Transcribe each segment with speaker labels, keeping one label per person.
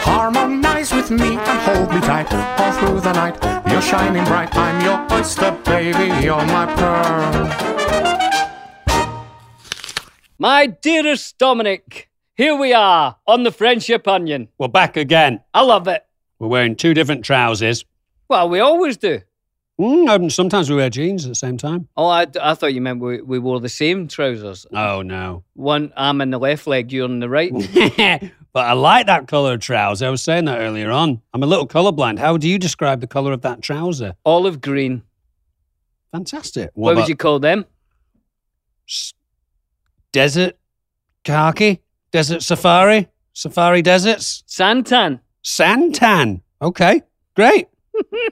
Speaker 1: Harmonize with me and hold me tight all through the night. You're shining bright. I'm your oyster, baby. You're my pearl.
Speaker 2: My dearest Dominic, here we are on the Friendship Onion.
Speaker 3: We're back again.
Speaker 2: I love it.
Speaker 3: We're wearing two different trousers.
Speaker 2: Well, we always do.
Speaker 3: Mm, and sometimes we wear jeans at the same time.
Speaker 2: Oh, I, I thought you meant we, we wore the same trousers.
Speaker 3: Oh, no.
Speaker 2: One arm in the left leg, you on the right.
Speaker 3: but I like that colour of trouser. I was saying that earlier on. I'm a little colourblind. How do you describe the colour of that trouser?
Speaker 2: Olive green.
Speaker 3: Fantastic.
Speaker 2: What, would you call them?
Speaker 3: Desert khaki? Desert safari? Safari deserts?
Speaker 2: Santan.
Speaker 3: Santan. Okay, great.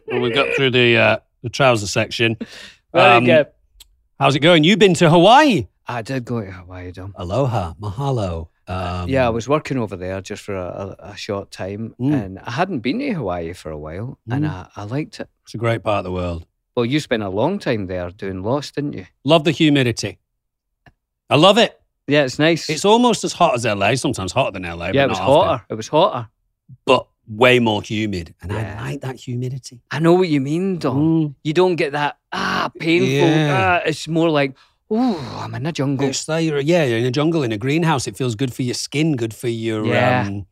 Speaker 3: well, we got through the uh, the trouser section.
Speaker 2: Very
Speaker 3: Um,
Speaker 2: good.
Speaker 3: How's it going? You've been to Hawaii.
Speaker 2: I did go to Hawaii, Dom.
Speaker 3: Aloha, mahalo. Um,
Speaker 2: yeah, I was working over there just for a, a, a short time,
Speaker 3: Mm.
Speaker 2: and I hadn't been to Hawaii for a while, and
Speaker 3: Mm.
Speaker 2: I, I liked it.
Speaker 3: It's a great part of the world.
Speaker 2: Well, you spent a long time there doing Lost, didn't you?
Speaker 3: Love the humidity. I love it.
Speaker 2: Yeah, it's nice.
Speaker 3: It's almost as hot as LA, sometimes hotter than LA.
Speaker 2: yeah,
Speaker 3: but
Speaker 2: it was
Speaker 3: not often.
Speaker 2: hotter. It was hotter.
Speaker 3: But way more humid. And
Speaker 2: Yeah.
Speaker 3: I like that humidity.
Speaker 2: I know what you mean, Dom.
Speaker 3: Mm.
Speaker 2: You don't get that ah painful.
Speaker 3: Yeah.
Speaker 2: Ah, it's more like, oh, I'm in a jungle.
Speaker 3: It's like you're, yeah, you're in a jungle, in a greenhouse. It feels good for your skin, good for your
Speaker 2: Yeah.
Speaker 3: um,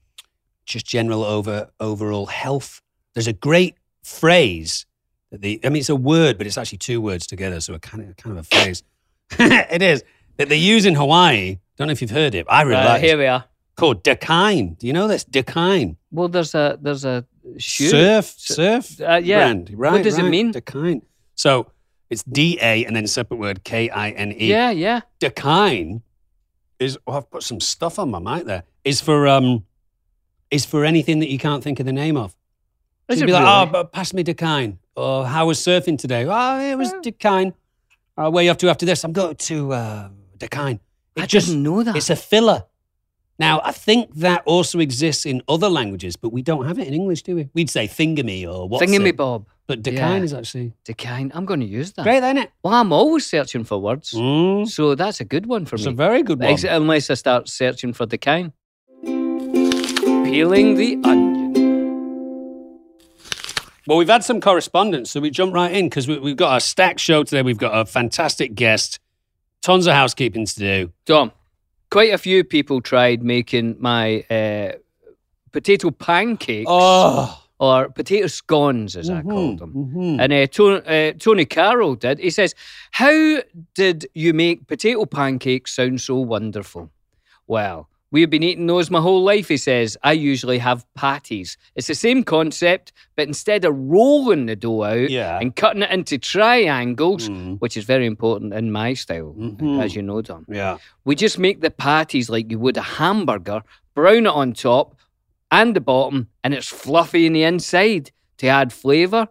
Speaker 3: just general over overall health. There's a great phrase. That the I mean, it's a word, but it's actually two words together, so a kind of kind of a phrase. it is that they use in Hawaii. Don't know if you've heard it. I really
Speaker 2: Right,
Speaker 3: like it.
Speaker 2: Uh, here we are.
Speaker 3: called Dakine. Do you know this? Dakine.
Speaker 2: Well, there's a there's a shoe.
Speaker 3: Surf,
Speaker 2: Su-
Speaker 3: surf.
Speaker 2: uh, yeah.
Speaker 3: Brand. Right.
Speaker 2: does it
Speaker 3: right.
Speaker 2: mean?
Speaker 3: Dakine. So it's D A and then separate word K I N E.
Speaker 2: Yeah, yeah.
Speaker 3: Dakine is. Oh, I've put some stuff on my mic there. Is for um, is for anything that you can't think of the name of. So
Speaker 2: Is
Speaker 3: you'd
Speaker 2: it
Speaker 3: be like,
Speaker 2: really?
Speaker 3: oh, but pass me Dakine. Or how was surfing today? Oh, it was Dakine. Uh, where you off to after this? I'm going to uh, Dakine. It
Speaker 2: I
Speaker 3: just
Speaker 2: didn't know that.
Speaker 3: it's a filler. Now, I think that also exists in other languages, but we don't have it in English, do we? We'd say thingamy or what's
Speaker 2: thingy me,
Speaker 3: it?
Speaker 2: Bob.
Speaker 3: But Dakine
Speaker 2: Yeah. Ah.
Speaker 3: is actually
Speaker 2: Decine. I'm going to use that.
Speaker 3: great, isn't it?
Speaker 2: Well, I'm always searching for words,
Speaker 3: Mm,
Speaker 2: so that's a good one for
Speaker 3: it's
Speaker 2: me.
Speaker 3: a very good one.
Speaker 2: Ex- unless I start searching for the kind. Peeling the onion.
Speaker 3: Well, we've had some correspondence, so we jump right in because we, we've got our stack show today. We've got a fantastic guest, tons of housekeeping to do.
Speaker 2: Dom, quite a few people tried making my uh, potato pancakes
Speaker 3: Oh,
Speaker 2: or potato scones, as I called them.
Speaker 3: mhm.
Speaker 2: And uh, Tony, uh, Tony Carroll did. He says, How did you make potato pancakes sound so wonderful? Well, we've been eating those my whole life, he says. I usually have patties. It's the same concept, but instead of rolling the dough out
Speaker 3: Yeah.
Speaker 2: and cutting it into triangles,
Speaker 3: Mm.
Speaker 2: which is very important in my style,
Speaker 3: Mhm.
Speaker 2: as you know, Dom.
Speaker 3: Yeah.
Speaker 2: We just make the patties like you would a hamburger, brown it on top and the bottom, and it's fluffy in the inside to add flavour.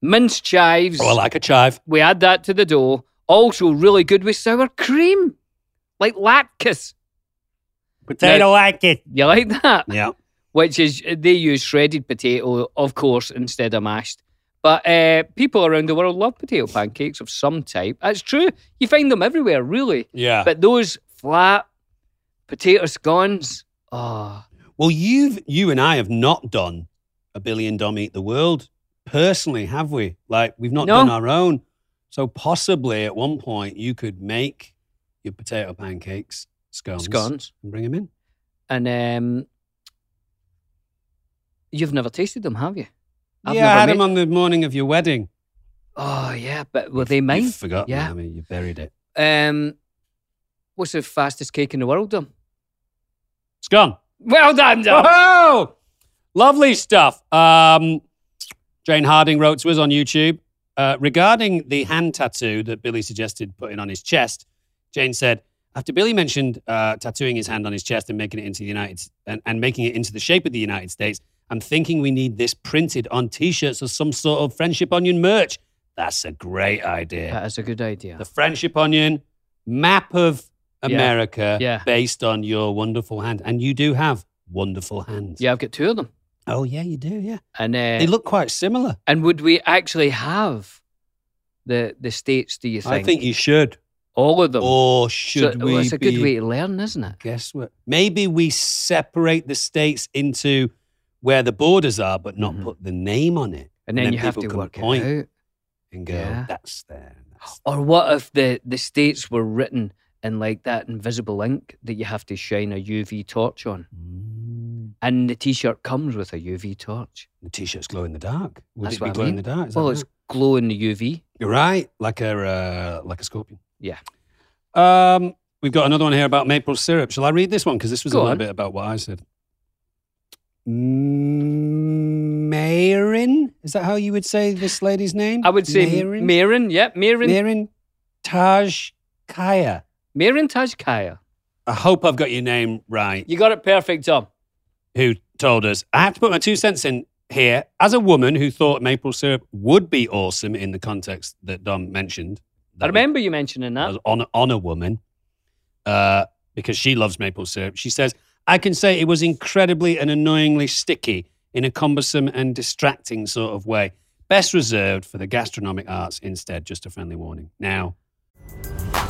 Speaker 2: Minced chives.
Speaker 3: Oh, I like a chive.
Speaker 2: we add that to the dough. Also, really good with sour cream, like latkes. Potato
Speaker 3: like it.
Speaker 2: You like that?
Speaker 3: Yeah.
Speaker 2: Which is, they use shredded potato, of course, instead of mashed. But uh, people around the world love potato pancakes of some type. That's true. You find them everywhere, really.
Speaker 3: Yeah.
Speaker 2: But those flat potato scones, oh,
Speaker 3: Well, you've you and I have not done a billion dumb eat the world personally, have we? Like we've not
Speaker 2: No.
Speaker 3: done our own. So possibly at one point you could make your potato pancakes scones,
Speaker 2: scones.
Speaker 3: and bring them in.
Speaker 2: And um, you've never tasted them, have you? I've
Speaker 3: yeah, I
Speaker 2: never
Speaker 3: had them
Speaker 2: made-
Speaker 3: on the morning of your wedding.
Speaker 2: Oh, yeah, but were they
Speaker 3: Mine?
Speaker 2: mine?
Speaker 3: You forgot,
Speaker 2: Yeah.
Speaker 3: yeah. I mean, you buried it.
Speaker 2: Um, what's the fastest cake in the world, Dom?
Speaker 3: It's gone.
Speaker 2: Well done, Dom.
Speaker 3: Oh, lovely stuff. Um, Jane Harding wrote to us on YouTube uh, regarding the hand tattoo that Billy suggested putting on his chest. Jane said, After Billy mentioned uh, tattooing his hand on his chest and making it into the United and, and making it into the shape of the United States, I'm thinking we need this printed on T-shirts or some sort of friendship onion merch. That's a great idea.
Speaker 2: That is a good idea.
Speaker 3: The friendship onion map of
Speaker 2: Yeah.
Speaker 3: America,
Speaker 2: Yeah.
Speaker 3: based on your wonderful hand, and you do have wonderful hands.
Speaker 2: yeah, I've got two of them.
Speaker 3: Oh yeah, you do. Yeah.
Speaker 2: And uh,
Speaker 3: They look quite similar.
Speaker 2: and would we actually have the the states? Do you think?
Speaker 3: I think you should.
Speaker 2: all of them.
Speaker 3: Or
Speaker 2: So
Speaker 3: should we?
Speaker 2: That's a good
Speaker 3: be-
Speaker 2: way to learn, isn't it?
Speaker 3: Guess what? Maybe we separate the states into where the borders are, but not
Speaker 2: Mhm.
Speaker 3: put the name on it.
Speaker 2: And then, you have
Speaker 3: people
Speaker 2: to
Speaker 3: can
Speaker 2: work
Speaker 3: point
Speaker 2: it out.
Speaker 3: and go,
Speaker 2: Yeah.
Speaker 3: "That's there." That's
Speaker 2: Or what if the the states were written in like that invisible ink that you have to shine a UV torch on,
Speaker 3: Mm.
Speaker 2: and the T-shirt comes with a UV torch.
Speaker 3: The t-shirts glow in the dark. Would
Speaker 2: That's
Speaker 3: it be
Speaker 2: what I
Speaker 3: glow in
Speaker 2: mean.
Speaker 3: the dark? Is that
Speaker 2: Well,
Speaker 3: right?
Speaker 2: it's glow in the UV.
Speaker 3: You're right, like a uh, like a scorpion.
Speaker 2: Yeah.
Speaker 3: Um, we've got another one here about maple syrup. Shall I read this one? Because this was
Speaker 2: Go
Speaker 3: a little
Speaker 2: on.
Speaker 3: bit about what I said. Mm, Marin, is that how you would say this lady's name?
Speaker 2: I would say Marin.
Speaker 3: Marin.
Speaker 2: yeah, Marin.
Speaker 3: Marin Taj Kaya.
Speaker 2: Marin Tajkaya.
Speaker 3: I hope I've got your name right.
Speaker 2: You got it perfect, Tom.
Speaker 3: who told us, I have to put my two cents in here. As a woman who thought maple syrup would be awesome in the context that Dom mentioned,
Speaker 2: I
Speaker 3: that was-
Speaker 2: remember you mentioning
Speaker 3: that
Speaker 2: that.
Speaker 3: was on, on a woman, uh, because she loves maple syrup, she says, I can say it was incredibly and annoyingly sticky in a cumbersome and distracting sort of way. Best reserved for the gastronomic arts instead, just a friendly warning. Now,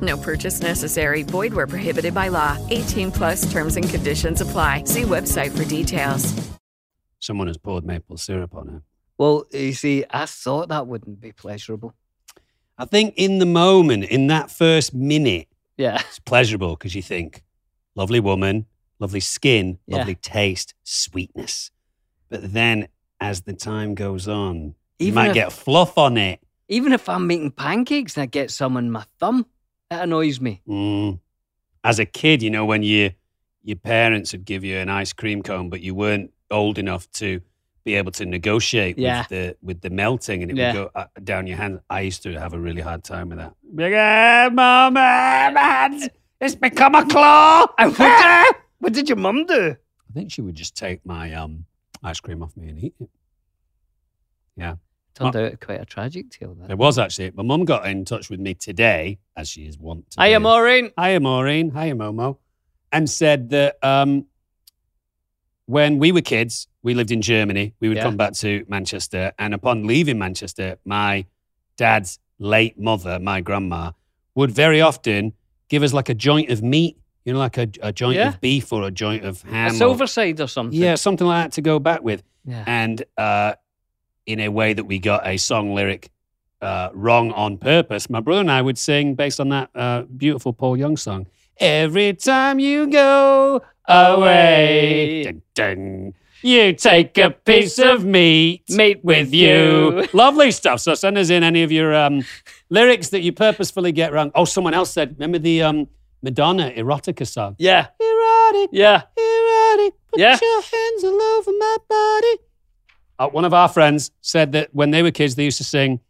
Speaker 4: No purchase necessary. Void where prohibited by law. 18 plus terms and conditions apply. See website for details.
Speaker 3: someone has poured maple syrup on her.
Speaker 2: Well, you see, I thought that wouldn't be pleasurable.
Speaker 3: I think in the moment, in that first minute,
Speaker 2: Yeah.
Speaker 3: it's pleasurable because you think, lovely woman, lovely skin,
Speaker 2: Yeah.
Speaker 3: lovely taste, sweetness. But then as the time goes on, you
Speaker 2: Even
Speaker 3: might
Speaker 2: if-
Speaker 3: get fluff on it.
Speaker 2: Even if I'm making pancakes and I get some on my thumb, that annoys me.
Speaker 3: Mm. As a kid, you know, when you, your parents would give you an ice cream cone, but you weren't old enough to be able to negotiate
Speaker 2: Yeah.
Speaker 3: with the with the melting and it
Speaker 2: Yeah.
Speaker 3: would go uh, down your hand. I used to have a really hard time with that. Like, "Ah, Mama, my hands, it's become a claw.
Speaker 2: And what,
Speaker 3: Ah!"
Speaker 2: did, what did your mum do?
Speaker 3: I think she would just take my um, ice cream off me and eat it.
Speaker 2: Turned out quite a tragic tale. That.
Speaker 3: There was actually, my mum got in touch with me today, as she is wont to
Speaker 2: I am
Speaker 3: do.
Speaker 2: Maureen.
Speaker 3: Hiya, Maureen. Hiya, Momo. And said that um, when we were kids, we lived in Germany. We would
Speaker 2: Yeah.
Speaker 3: come back to Manchester. And upon leaving Manchester, my dad's late mother, my grandma, would very often give us like a joint of meat, you know, like a, a joint
Speaker 2: Yeah.
Speaker 3: of beef or a joint of ham.
Speaker 2: A
Speaker 3: or-
Speaker 2: silver side or something.
Speaker 3: yeah, something like that to go back with
Speaker 2: Yeah.
Speaker 3: and uh, in a way that we got a song lyric uh, wrong on purpose, my brother and I would sing based on that uh, beautiful Paul Young song. Every time you go away, dun, dun, you take a piece of meat
Speaker 2: Meat
Speaker 3: with
Speaker 2: with
Speaker 3: you.
Speaker 2: you.
Speaker 3: Lovely stuff. So send us in any of your um, lyrics that you purposefully get wrong. Oh, someone else said, remember the um, Madonna erotica song?
Speaker 2: Yeah.
Speaker 3: Erotic,
Speaker 2: Yeah.
Speaker 3: erotic, put
Speaker 2: Yeah.
Speaker 3: your hands all over my body. Uh, one of our friends said that when they were kids, they used to sing,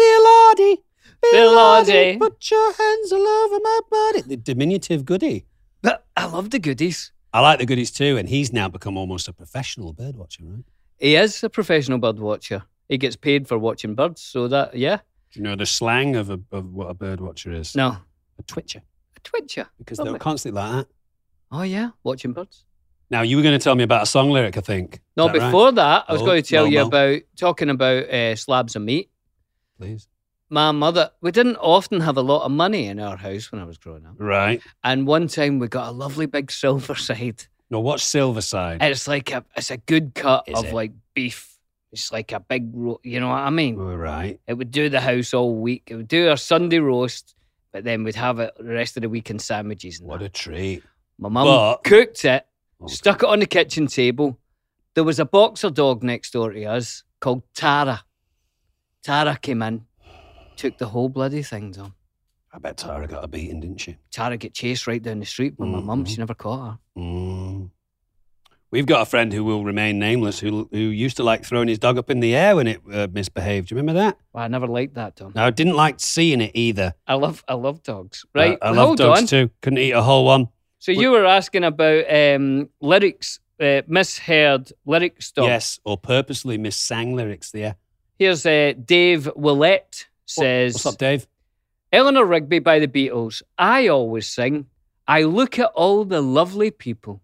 Speaker 3: Bilardi,
Speaker 2: Bilardi.
Speaker 3: Bilardi, put your hands all over my body. The diminutive goody.
Speaker 2: But I love the goodies.
Speaker 3: I like the goodies too, and he's now become almost a professional birdwatcher, right?
Speaker 2: He is a professional bird watcher. He gets paid for watching birds, so that yeah.
Speaker 3: Do you know the slang of, a, of what a birdwatcher is?
Speaker 2: No.
Speaker 3: A twitcher,
Speaker 2: A twitcher.
Speaker 3: because
Speaker 2: Lovely.
Speaker 3: they're constantly like that.
Speaker 2: Oh yeah, watching birds.
Speaker 3: Now, you were going to tell me about a song lyric, I think. Is
Speaker 2: No,
Speaker 3: that right?
Speaker 2: before that, I was
Speaker 3: Oh,
Speaker 2: going to tell
Speaker 3: no,
Speaker 2: you
Speaker 3: no.
Speaker 2: about talking about uh, slabs of meat.
Speaker 3: Please.
Speaker 2: My mother, we didn't often have a lot of money in our house when I was growing up.
Speaker 3: Right.
Speaker 2: And one time we got a lovely big silver side.
Speaker 3: Now, what's Silver Side?
Speaker 2: And it's like a, it's a good cut
Speaker 3: Is
Speaker 2: of
Speaker 3: it?
Speaker 2: like beef. It's like a big, ro- you know what I mean?
Speaker 3: All right.
Speaker 2: It would do the house all week. It would do our Sunday roast, but then we'd have it the rest of the week in sandwiches. And
Speaker 3: What
Speaker 2: that.
Speaker 3: a treat.
Speaker 2: My mum
Speaker 3: But-
Speaker 2: cooked it,
Speaker 3: Okay.
Speaker 2: stuck it on the kitchen table. There was a boxer dog next door to us called Tara. Tara came in, took the whole bloody thing down.
Speaker 3: I bet Tara got a beating, didn't she?
Speaker 2: Tara got chased right down the street by my mum.
Speaker 3: Mhm.
Speaker 2: She never caught her.
Speaker 3: Mm. We've got a friend who will remain nameless who, who used to like throwing his dog up in the air when it uh, misbehaved. Do you remember that?
Speaker 2: Well, I never liked that, Tom.
Speaker 3: No, I didn't like seeing it either. Uh,
Speaker 2: I love I love dogs. Right.
Speaker 3: I, I
Speaker 2: well,
Speaker 3: love
Speaker 2: hold
Speaker 3: dogs
Speaker 2: on.
Speaker 3: too. Couldn't eat a whole one.
Speaker 2: So you were asking about um, lyrics, uh, misheard lyric stuff.
Speaker 3: Yes, or purposely missang lyrics there.
Speaker 2: Here's uh, Dave Willett
Speaker 3: What-
Speaker 2: says
Speaker 3: What's up, Dave?
Speaker 2: Eleanor Rigby by the Beatles. I always sing. I look at all the lovely people.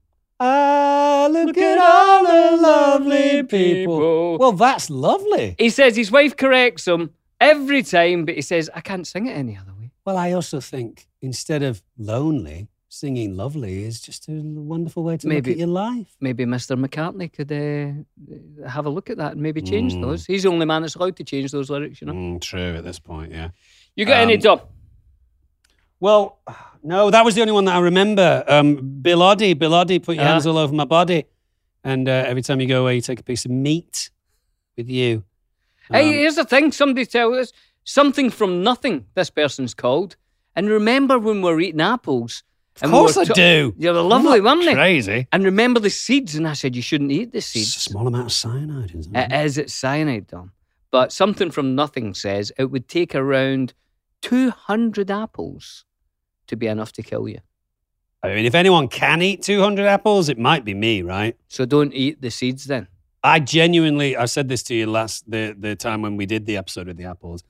Speaker 3: Ah, look, at all the lovely people. Well, that's lovely.
Speaker 2: He says his wife corrects him every time, but he says I can't sing it any other way.
Speaker 3: Well, I also think instead of lonely, singing lovely is just a wonderful way to
Speaker 2: Maybe.
Speaker 3: look at your life.
Speaker 2: Maybe Mr. McCartney could uh, have a look at that and maybe change
Speaker 3: Mm.
Speaker 2: those. He's the only man that's allowed to change those lyrics, you know.
Speaker 3: true, at this point, yeah.
Speaker 2: You got any
Speaker 3: Um,
Speaker 2: dumb?
Speaker 3: Well, no, that was the only one that I remember. Um, Bill Oddie, Bill Oddie, put your
Speaker 2: Uh-huh.
Speaker 3: hands all over my body. And uh, every time you go away, you take a piece of meat with you.
Speaker 2: Hey,
Speaker 3: Um,
Speaker 2: here's the thing. Somebody tell us something from nothing. This person's called. And remember when we were eating apples?
Speaker 3: of
Speaker 2: and we were
Speaker 3: course I
Speaker 2: ta-
Speaker 3: do.
Speaker 2: They were
Speaker 3: I'm
Speaker 2: lovely, eh?
Speaker 3: not
Speaker 2: weren't they?
Speaker 3: Crazy.
Speaker 2: And remember the seeds? And I said you shouldn't eat the
Speaker 3: It's a
Speaker 2: seeds.
Speaker 3: small amount of cyanide, isn't it?
Speaker 2: It is it's cyanide, Dom. But something from nothing says it would take around 200 apples to be enough to kill you.
Speaker 3: I mean, if anyone can eat 200 apples, it might be me, right?
Speaker 2: So don't eat the seeds then.
Speaker 3: I genuinely, I said this to you last the the time when we did the episode with the apples.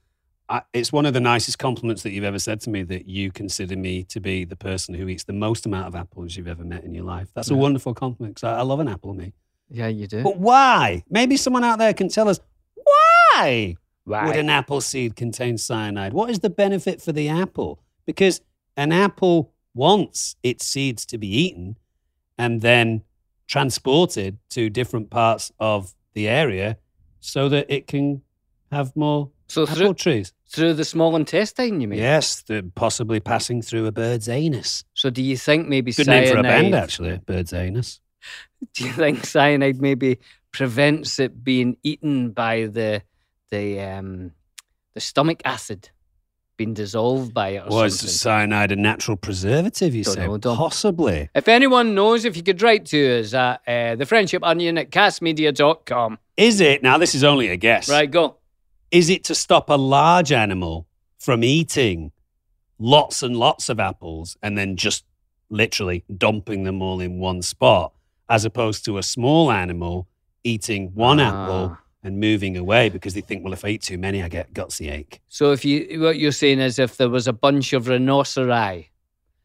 Speaker 3: I, it's one of the nicest compliments that you've ever said to me that you consider me to be the person who eats the most amount of apples you've ever met in your life. That's a wonderful compliment 'cause I, I love an apple, me.
Speaker 2: Yeah, you do.
Speaker 3: But why? Maybe someone out there can tell us why would an apple seed contain cyanide? What is the benefit for the apple? Because an apple wants its seeds to be eaten and then transported to different parts of the area so that it can have more
Speaker 2: So
Speaker 3: apple
Speaker 2: through,
Speaker 3: trees.
Speaker 2: through the small intestine, you mean?
Speaker 3: Yes, they're possibly passing through a bird's anus.
Speaker 2: So do you think maybe
Speaker 3: Good
Speaker 2: cyanide?
Speaker 3: name for a band, actually, a bird's anus.
Speaker 2: do you think cyanide maybe prevents it being eaten by the the um the stomach acid being dissolved by it or
Speaker 3: Was
Speaker 2: something?
Speaker 3: cyanide a natural preservative, you
Speaker 2: Don't
Speaker 3: say?
Speaker 2: know, Dom.
Speaker 3: Possibly.
Speaker 2: if anyone knows, if you could write to us at uh, the friendship onion at castmedia.com.
Speaker 3: Is it? Now, this is only a guess.
Speaker 2: Right, go.
Speaker 3: Is it to stop a large animal from eating lots and lots of apples and then just literally dumping them all in one spot, as opposed to a small animal eating one apple
Speaker 2: Ah.
Speaker 3: and moving away because they think, well, if I eat too many, I get gutsy ache.
Speaker 2: So if you what you're saying is if there was a bunch of rhinoceri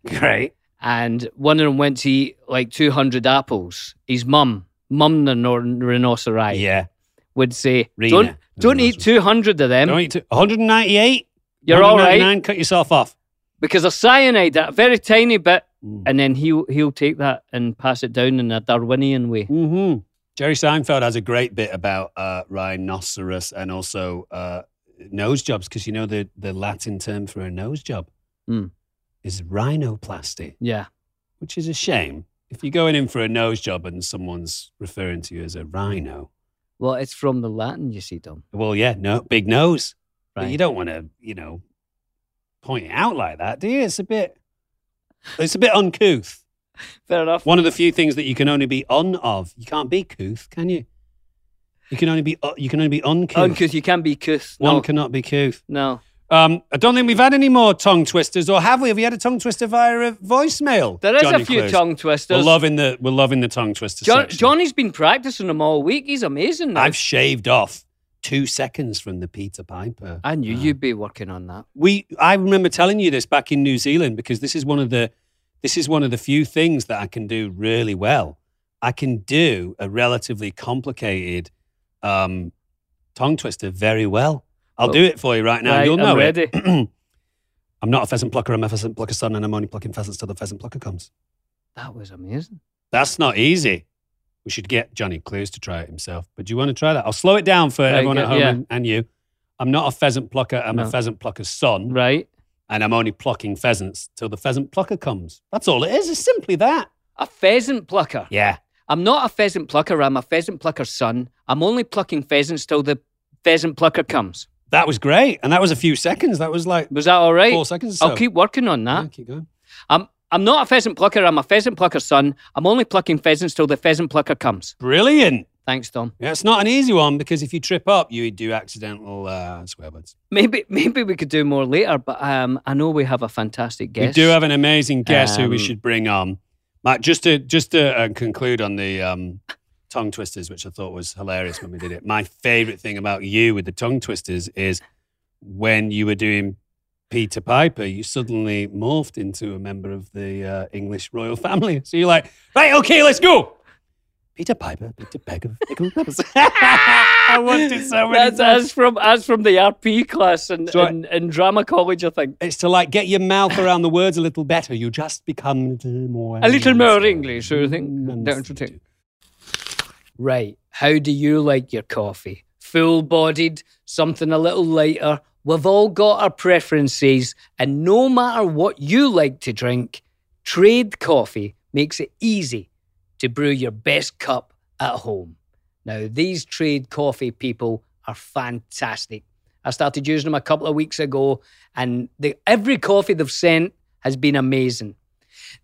Speaker 3: Great.
Speaker 2: and one of them went to eat like 200 apples, his mum, mum the nor- rhinoceri,
Speaker 3: Yeah.
Speaker 2: would say,
Speaker 3: Rena,
Speaker 2: don't,
Speaker 3: the
Speaker 2: don't eat
Speaker 3: rhinoceros.
Speaker 2: 200 of them.
Speaker 3: Don't eat too- 198.
Speaker 2: You're all right.
Speaker 3: 199, Cut yourself off.
Speaker 2: because of cyanide, that very tiny bit,
Speaker 3: Mm.
Speaker 2: and then he'll he'll take that and pass it down in a Darwinian way.
Speaker 3: Mm-hmm. Jerry Seinfeld has a great bit about uh, rhinoceros and also uh, nose jobs because you know the, the Latin term for a nose job
Speaker 2: Mm.
Speaker 3: is rhinoplasty,
Speaker 2: Yeah,
Speaker 3: which is a shame. If you're going in for a nose job and someone's referring to you as a rhino,
Speaker 2: well, it's from the Latin, you see, Dom.
Speaker 3: well, yeah, no, big nose. But
Speaker 2: Right.
Speaker 3: you don't want to, you know, point it out like that, do you? It's a bit, it's a bit uncouth.
Speaker 2: Fair enough.
Speaker 3: One of the few things that you can only be on of. You can't be couth, can you? You can only be uh, you can only be uncouth.
Speaker 2: Because you can be couth.
Speaker 3: One
Speaker 2: No,
Speaker 3: cannot be couth.
Speaker 2: no,
Speaker 3: Um, I don't think we've had any more tongue twisters, or have we? Have we had a tongue twister via a voicemail?
Speaker 2: there is
Speaker 3: Johnny
Speaker 2: a few
Speaker 3: Clues?
Speaker 2: tongue twisters.
Speaker 3: We're loving the we're loving the tongue twister.
Speaker 2: John,
Speaker 3: section.
Speaker 2: Johnny's been practicing them all week. He's amazing now.
Speaker 3: I've shaved off two seconds from the Peter Piper.
Speaker 2: I knew you'd be working on that.
Speaker 3: we I remember telling you this back in New Zealand because this is one of the this is one of the few things that I can do really well. I can do a relatively complicated um, tongue twister very well. I'll
Speaker 2: Well,
Speaker 3: do it for you right now.
Speaker 2: right,
Speaker 3: You'll
Speaker 2: I'm
Speaker 3: know it.
Speaker 2: ready.
Speaker 3: I'm not a pheasant plucker. I'm a pheasant plucker's son, and I'm only plucking pheasants till the pheasant plucker comes.
Speaker 2: That was amazing.
Speaker 3: That's not easy. We should get Johnny Clues to try it himself. But do you want to try that? I'll slow it down for
Speaker 2: Right,
Speaker 3: everyone at
Speaker 2: yeah,
Speaker 3: home
Speaker 2: yeah.
Speaker 3: and, and you. I'm not a pheasant plucker. I'm a
Speaker 2: No.
Speaker 3: pheasant plucker's son,
Speaker 2: Right.
Speaker 3: and I'm only plucking pheasants till the pheasant plucker comes. That's all it is. It's simply that.
Speaker 2: A pheasant plucker.
Speaker 3: Yeah.
Speaker 2: I'm not a pheasant plucker. I'm a pheasant plucker's son. I'm only plucking pheasants till the pheasant plucker comes.
Speaker 3: That was great. And that was a few seconds. That was like
Speaker 2: Was that all right?
Speaker 3: four seconds or so.
Speaker 2: I'll keep working on
Speaker 3: Yeah,
Speaker 2: that.
Speaker 3: keep going.
Speaker 2: I'm I'm not a pheasant plucker. I'm a pheasant plucker's son. I'm only plucking pheasants till the pheasant plucker comes.
Speaker 3: Brilliant.
Speaker 2: Thanks, Tom.
Speaker 3: Yeah, it's not an easy one because if you trip up, you do accidental uh, swear words.
Speaker 2: Maybe maybe we could do more later, but um, I know we have a fantastic guest.
Speaker 3: We do have an amazing guest who we
Speaker 2: Um,
Speaker 3: should bring on. Matt, just to just to uh, conclude on the um, tongue twisters, which I thought was hilarious when we did it. My favorite thing about you with the tongue twisters is when you were doing Peter Piper, you suddenly morphed into a member of the uh, English royal family. So you're like, right, okay, let's go. Peter Piper, Peter Peck of Pickled Peppers. I watched it so many
Speaker 2: That's,
Speaker 3: times.
Speaker 2: that's from that's from the RP class in,
Speaker 3: So I-
Speaker 2: in, in drama college, I think.
Speaker 3: It's to like get your mouth around the words a little better. You just become a little more
Speaker 2: A little more
Speaker 3: understand-
Speaker 2: English, so I think. Don't you think? Right. How do you like your coffee? Full bodied, something a little lighter. We've all got our preferences, and no matter what you like to drink, Trade Coffee makes it easy to brew your best cup at home. Now, these Trade Coffee people are fantastic. I started using them a couple of weeks ago, and the, every coffee they've sent has been amazing.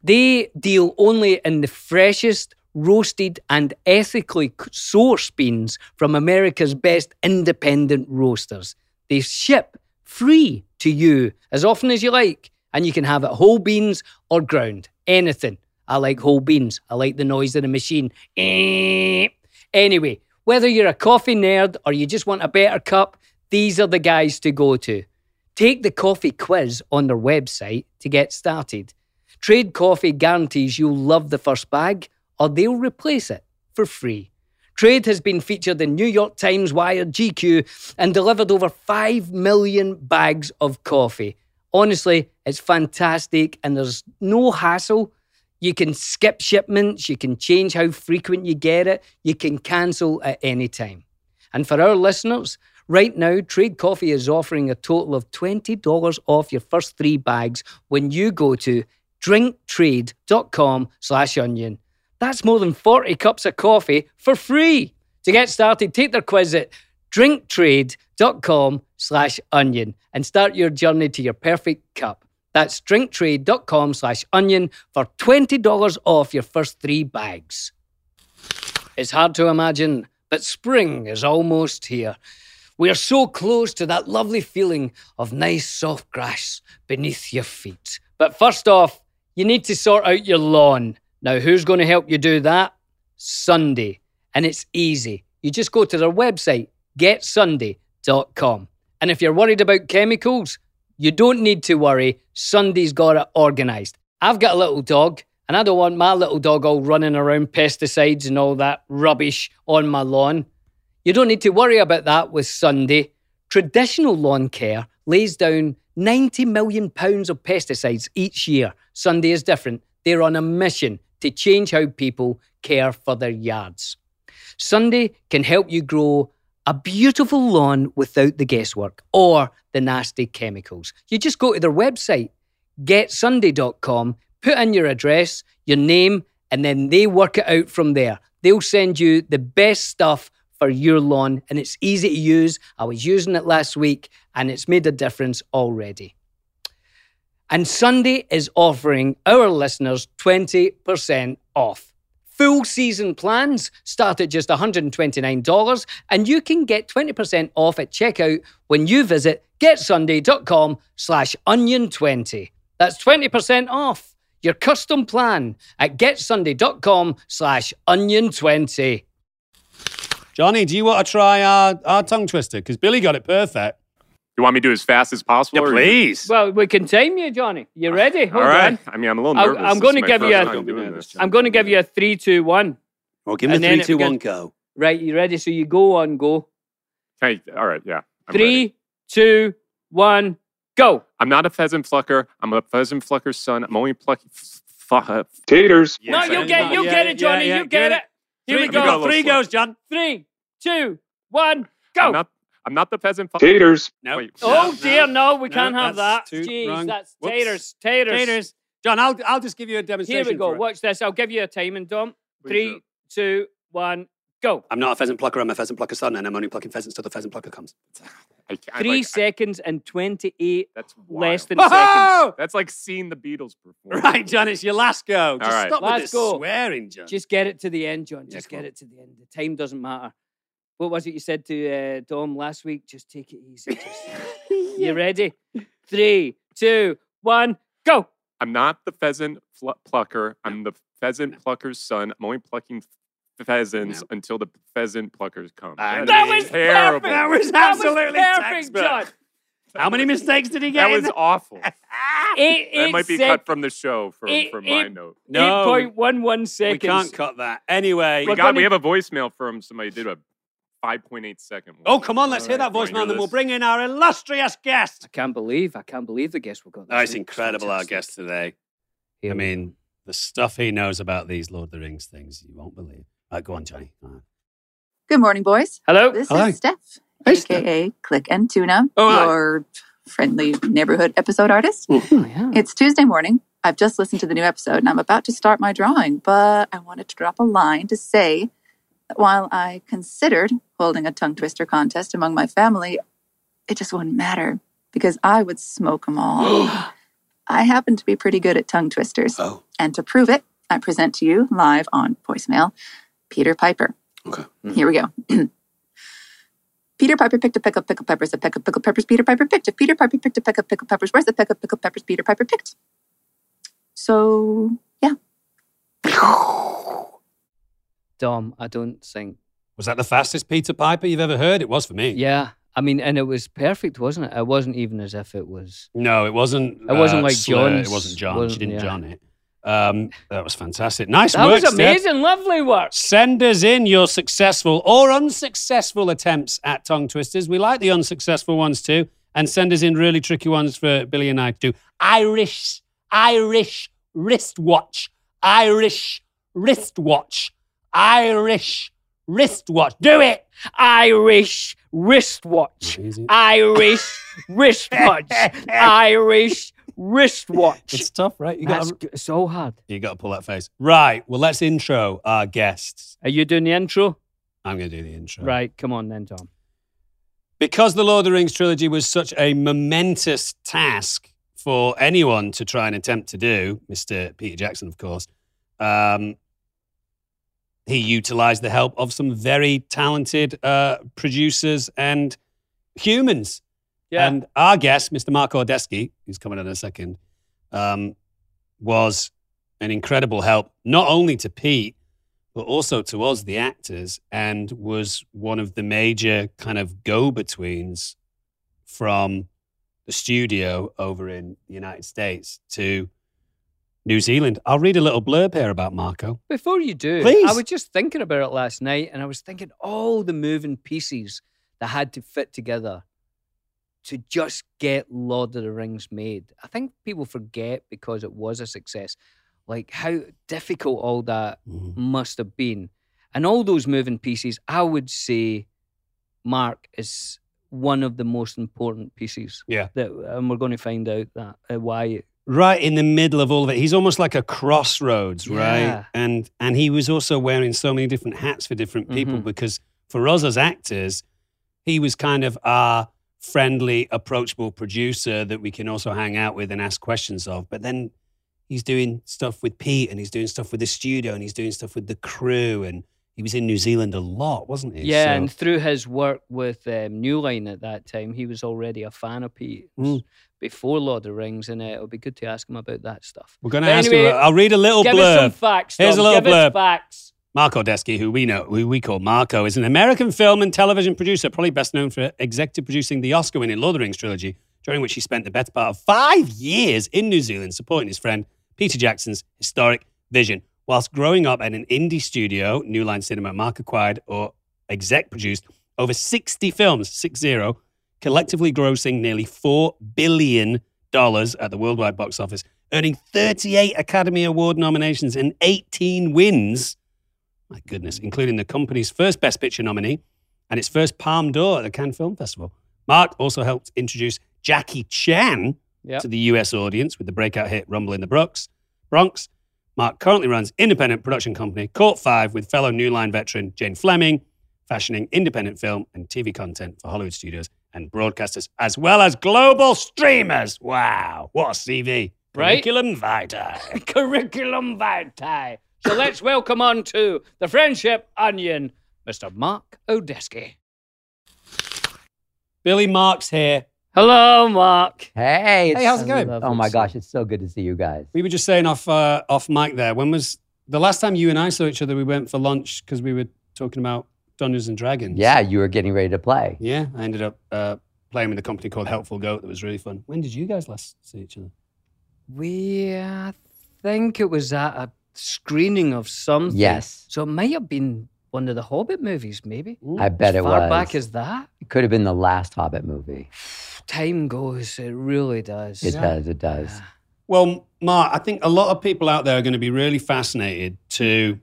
Speaker 2: They deal only in the freshest, roasted, and ethically c- sourced beans from America's best independent roasters. They ship free to you as often as you like, and you can have it whole beans or ground, anything. I like whole beans. I like the noise of the machine. Eh. Anyway, whether you're a coffee nerd or you just want a better cup, these are the guys to go to. Take the coffee quiz on their website to get started. Trade Coffee guarantees you'll love the first bag or they'll replace it for free. Trade has been featured in New York Times, Wired, GQ, and delivered over 5 million bags of coffee. Honestly, it's fantastic and there's no hassle. You can skip shipments, you can change how frequent you get it, you can cancel at any time. And for our listeners, right now, Trade Coffee is offering a total of $20 off your first three bags when you go to drinktrade.com slash onion. That's more than 40 cups of coffee for free. To get started, take their quiz at drinktrade.com slash onion and start your journey to your perfect cup. That's drinktrade.com slash onion for $20 off your first three bags. It's hard to imagine, but spring is almost here. We are so close to that lovely feeling of nice soft grass beneath your feet. But first off, you need to sort out your lawn. Now, who's going to help you do that? Sunday. And it's easy. You just go to their website, getsunday.com. And if you're worried about chemicals, you don't need to worry. Sunday's got it organised. I've got a little dog, and I don't want my little dog all running around pesticides and all that rubbish on my lawn. You don't need to worry about that with Sunday. Traditional lawn care lays down 90 million pounds of pesticides each year. Sunday is different. They're on a mission to change how people care for their yards. Sunday can help you grow a beautiful lawn without the guesswork or the nasty chemicals. You just go to their website, getsunday.com, put in your address, your name, and then they work it out from there. They'll send you the best stuff for your lawn, and it's easy to use. I was using it last week, and it's made a difference already. And Sunday is offering our listeners 20% off. Full season plans start at just $129, and you can get 20% off at checkout when you visit getsunday.com slash onion20. That's 20% off your custom plan at getsunday.com slash onion20.
Speaker 3: Johnny, do you want to try our, our tongue twister? Because Billy got it perfect.
Speaker 5: You want me to do it as fast as possible? or-
Speaker 3: please.
Speaker 2: Well, we can time you, Johnny. You ready?
Speaker 5: All
Speaker 2: Hold
Speaker 5: right.
Speaker 2: on.
Speaker 5: I mean, I'm a little
Speaker 2: I'll-
Speaker 5: nervous.
Speaker 2: I'm
Speaker 5: This
Speaker 2: gonna
Speaker 5: is my
Speaker 2: give you
Speaker 5: first
Speaker 2: a-
Speaker 5: time doing this.
Speaker 2: I'm going to give you a three, two, one.
Speaker 6: Well, give him
Speaker 2: And
Speaker 6: a
Speaker 2: then
Speaker 6: three,
Speaker 2: it
Speaker 6: two,
Speaker 2: goes-
Speaker 6: one, go.
Speaker 2: Right, you ready? So you go on, go.
Speaker 5: Hey, all right, yeah. I'm ready.
Speaker 2: Three, two, one, go.
Speaker 5: I'm not a pheasant flucker. I'm a pheasant flucker's son. I'm only plucky. F- f- uh,
Speaker 7: Taters.
Speaker 2: No, you get, you get it, Johnny. you get it. Here we
Speaker 5: Let me go a
Speaker 2: go.
Speaker 5: little
Speaker 3: Three
Speaker 5: slow.
Speaker 3: goes, John.
Speaker 2: Three, two, one, go.
Speaker 5: I'm not. I'm not the pheasant. Fu-
Speaker 7: Taters.
Speaker 3: No.
Speaker 5: Wait.
Speaker 2: oh dear, no, we
Speaker 3: no,
Speaker 2: can't have that.
Speaker 3: that's too
Speaker 2: Jeez,
Speaker 3: wrong.
Speaker 2: that's
Speaker 3: Whoops.
Speaker 2: taters, taters,
Speaker 3: Taters. John, I'll, I'll just give you a
Speaker 2: Here
Speaker 3: demonstration.
Speaker 2: we go.
Speaker 3: for it.
Speaker 2: Watch this. I'll give you a timing, Dom.
Speaker 5: Please
Speaker 2: Three,
Speaker 5: do.
Speaker 2: two, one, go.
Speaker 6: I'm not a pheasant plucker. I'm a pheasant plucker's son, and I'm only plucking pheasants till the pheasant plucker comes.
Speaker 5: I can't-
Speaker 2: Three
Speaker 5: like, I-
Speaker 2: seconds and twenty-eight
Speaker 5: that's wild.
Speaker 2: less than
Speaker 3: Whoa!
Speaker 2: seconds.
Speaker 5: That's like seeing the Beatles perform.
Speaker 3: Right, John, it's your last go. Just
Speaker 5: right.
Speaker 3: stop
Speaker 2: Last
Speaker 3: with this
Speaker 2: go.
Speaker 3: swearing, John.
Speaker 2: Just get it to the end, John.
Speaker 3: Yeah,
Speaker 2: Just
Speaker 3: come
Speaker 2: get
Speaker 3: on.
Speaker 2: it to the end. The time doesn't matter. What was it you said to uh, Dom last week? Just take it easy. Just... you ready? Three, two, one, go.
Speaker 5: I'm not the pheasant fl- plucker. I'm the pheasant plucker's son. I'm only plucking f- pheasants until the pheasant pluckers come.
Speaker 3: I
Speaker 2: That
Speaker 3: mean,
Speaker 2: was
Speaker 5: terrible.
Speaker 2: perfect.
Speaker 3: That was
Speaker 2: That was
Speaker 3: absolutely
Speaker 2: perfect,
Speaker 3: textbook.
Speaker 2: John.
Speaker 3: How many mistakes did he get?
Speaker 5: That
Speaker 3: in
Speaker 5: was
Speaker 3: there?
Speaker 5: awful.
Speaker 2: Eight,
Speaker 5: that
Speaker 2: eight
Speaker 5: might be
Speaker 2: sec-
Speaker 5: cut from the show for,
Speaker 2: it-
Speaker 5: for my
Speaker 2: it-
Speaker 5: note.
Speaker 3: No.
Speaker 2: 8.11
Speaker 3: we
Speaker 2: seconds.
Speaker 3: can't cut that. Anyway.
Speaker 5: We
Speaker 2: we're
Speaker 5: got. We
Speaker 2: gonna-
Speaker 5: have a voicemail from somebody who did a 5.8 second. one.
Speaker 3: Oh, come on, let's hear
Speaker 5: All
Speaker 3: that
Speaker 5: right, you wanna
Speaker 3: voicemail, and
Speaker 5: hear
Speaker 3: then we'll
Speaker 5: this?
Speaker 3: bring in our illustrious guest.
Speaker 2: I can't believe, I can't believe the guest we got. this
Speaker 3: Oh, it's
Speaker 2: week.
Speaker 3: incredible, our
Speaker 2: fantastic.
Speaker 3: guest today.
Speaker 2: Here
Speaker 3: I
Speaker 2: we
Speaker 3: mean, the stuff he knows about these Lord of the Rings things, you won't believe. All right, go on, Johnny. All right.
Speaker 8: Good morning, boys.
Speaker 2: go. Hello.
Speaker 8: This
Speaker 3: Hi.
Speaker 8: is Steph,
Speaker 3: Hey,
Speaker 8: aka Click and Tuna,
Speaker 3: Oh, hi.
Speaker 8: your friendly neighborhood episode artist.
Speaker 3: Hmm.
Speaker 2: Oh, yeah.
Speaker 8: It's Tuesday morning. I've just listened to the new episode and I'm about to start my drawing, but I wanted to drop a line to say that while I considered holding a tongue twister contest among my family, it just wouldn't matter because I would smoke them all. I happen to be pretty good at tongue twisters.
Speaker 6: Oh.
Speaker 8: And to prove it, I present to you live on voicemail Peter Piper.
Speaker 6: Okay.
Speaker 8: Here we go. Peter Piper picked a peck of pickled peppers, a peck of pickled peppers. Peter Piper picked a Peter Piper picked a peck of pickled peppers. Where's the peck of pickled peppers Peter Piper picked? So, yeah.
Speaker 2: Dom, I don't think.
Speaker 3: Was that the fastest Peter Piper you've ever heard? It was for me.
Speaker 2: Yeah. I mean, and it was perfect, wasn't it? It wasn't even as if it was.
Speaker 3: No, it wasn't. uh,
Speaker 2: It wasn't like
Speaker 3: slur. It
Speaker 2: John's.
Speaker 3: wasn't John.
Speaker 2: Wasn't-
Speaker 3: she didn't
Speaker 2: yeah.
Speaker 3: John it. Um, that was fantastic. Nice
Speaker 2: That
Speaker 3: work,
Speaker 2: was
Speaker 3: Steph.
Speaker 2: amazing. Lovely work.
Speaker 3: Send us in your successful or unsuccessful attempts at tongue twisters. We like the unsuccessful ones too. And send us in really tricky ones for Billy and I to do. Irish, Irish wristwatch, Irish wristwatch, Irish wristwatch. Do it.
Speaker 2: Irish wristwatch. Irish wristwatch. Irish
Speaker 3: It's
Speaker 2: wristwatch.
Speaker 3: tough, right? You got
Speaker 2: That's g- so hard.
Speaker 3: you got to pull that face. Right. Well, let's intro our guests.
Speaker 2: Are you doing the intro?
Speaker 3: I'm going to do the intro.
Speaker 2: Right, come on then, Tom.
Speaker 3: Because the Lord of the Rings trilogy was such a momentous task for anyone to try and attempt to do, Mr. Peter Jackson, of course, um, he utilized the help of some very talented uh, producers and humans. And our guest, Mr. Mark Ordesky, who's coming in a second, um, was an incredible help, not only to Pete, but also to us, the actors, and was one of the major kind of go betweens from the studio over in the United States to New Zealand. I'll read a little blurb here about Marco.
Speaker 2: Before you do, I
Speaker 3: Please.
Speaker 2: was just thinking about it last night and I was thinking all the moving pieces that had to fit together to just get Lord of the Rings made. I think people forget because it was a success, like how difficult all that must have been. And all those moving pieces, I would say Mark is one of the most important pieces.
Speaker 3: Yeah.
Speaker 2: That, and we're going to find out that uh, why it
Speaker 3: right in the middle of all of it. He's almost like a crossroads,
Speaker 2: Yeah.
Speaker 3: right? And and he was also wearing so many different hats for different people
Speaker 2: Mhm.
Speaker 3: because for us as actors, he was kind of our friendly, approachable producer that we can also hang out with and ask questions of. But then he's doing stuff with Pete and he's doing stuff with the studio and he's doing stuff with the crew and he was in New Zealand a lot, wasn't he?
Speaker 2: Yeah,
Speaker 3: So-
Speaker 2: and through his work with um, New Line at that time, he was already a fan of Pete
Speaker 3: Mm.
Speaker 2: before Lord of the Rings, and uh, it'll be good to ask him about that stuff.
Speaker 3: we're going to
Speaker 2: But
Speaker 3: ask
Speaker 2: anyway,
Speaker 3: him. I'll read a little
Speaker 2: Give us some
Speaker 3: blurb.
Speaker 2: facts.
Speaker 3: Here's
Speaker 2: Tom.
Speaker 3: a little
Speaker 2: Give us
Speaker 3: blurb.
Speaker 2: facts.
Speaker 3: Marco Desky, who we know, who we call Marco, is an American film and television producer, probably best known for executive producing the Oscar-winning Lord of the Rings trilogy, during which he spent the better part of five years in New Zealand supporting his friend Peter Jackson's historic vision. whilst growing up at an indie studio, New Line Cinema, Mark acquired or exec produced over 60 films, six zero, collectively grossing nearly $4 billion at the worldwide box office, earning 38 Academy Award nominations and 18 wins. My goodness, including the company's first Best Picture nominee and its first Palm d'Or at the Cannes Film Festival. Mark also helped introduce Jackie Chan
Speaker 2: Yep.
Speaker 3: to the US audience with the breakout hit Rumble in the Bronx. Bronx. Mark currently runs independent production company Court 5 with fellow New Line veteran Jane Fleming, fashioning independent film and TV content for Hollywood studios and broadcasters, as well as global streamers. Wow, what a CV.
Speaker 2: Right?
Speaker 3: Curriculum vitae.
Speaker 2: Curriculum vitae. So let's welcome on to the Friendship Onion, Mr. Mark Odeski.
Speaker 3: Billy Marks here.
Speaker 2: Hello, Mark.
Speaker 7: Hey, it's-
Speaker 3: how's it going?
Speaker 7: Oh my gosh, it's so good to see you guys.
Speaker 3: We were just saying off uh, off mic there. When was the last time you and I saw each other? We went for lunch because we were talking about Dungeons and Dragons.
Speaker 7: Yeah, you were getting ready to play.
Speaker 3: Yeah, I ended up uh, playing with a company called Helpful Goat that was really fun. When did you guys last see each other?
Speaker 2: We, uh, think it was at a screening of something.
Speaker 7: Yes.
Speaker 2: So it might have been one of the Hobbit movies, maybe.
Speaker 7: I bet
Speaker 2: as
Speaker 7: it
Speaker 2: far
Speaker 7: was.
Speaker 2: back as that.
Speaker 7: It could have been the last Hobbit movie.
Speaker 2: Time goes, it really does.
Speaker 7: It does, it does.
Speaker 3: Well, Mark, I think a lot of people out there are going to be really fascinated to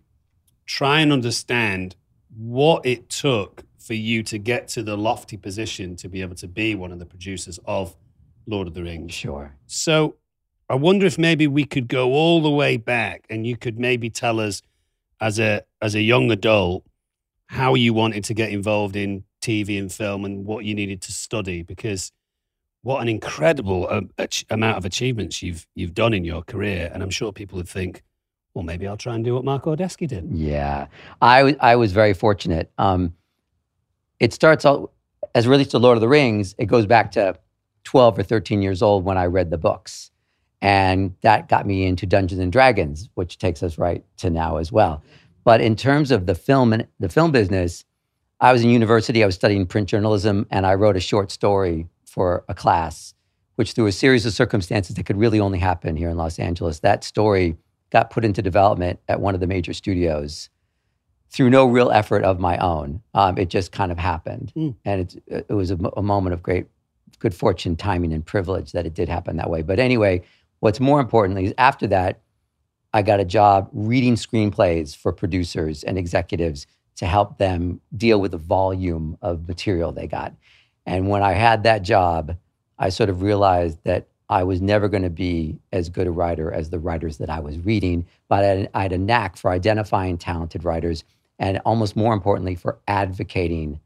Speaker 3: try and understand what it took for you to get to the lofty position to be able to be one of the producers of Lord of the Rings.
Speaker 7: Sure.
Speaker 3: So I wonder if maybe we could go all the way back and you could maybe tell us as a as a young adult how you wanted to get involved in TV and film and what you needed to study because what an incredible um, ach- amount of achievements you've you've done in your career and I'm sure people would think well maybe I'll try and do what Mark Ordesky did.
Speaker 7: Yeah, I w- I was very fortunate. Um, it starts out as it relates to Lord of the Rings. It goes back to twelve or thirteen years old when I read the books, and that got me into Dungeons and Dragons, which takes us right to now as well. But in terms of the film and the film business, I was in university. I was studying print journalism, and I wrote a short story for a class, which through a series of circumstances that could really only happen here in Los Angeles, that story got put into development at one of the major studios through no real effort of my own. Um, it just kind of happened,
Speaker 3: Mm.
Speaker 7: and it's, it was a, mo- a moment of great good fortune, timing, and privilege that it did happen that way. But anyway, what's more importantly is after that, I got a job reading screenplays for producers and executives to help them deal with the volume of material they got. And when I had that job, I sort of realized that I was never going to be as good a writer as the writers that I was reading, but I, I had a knack for identifying talented writers and almost more importantly, for advocating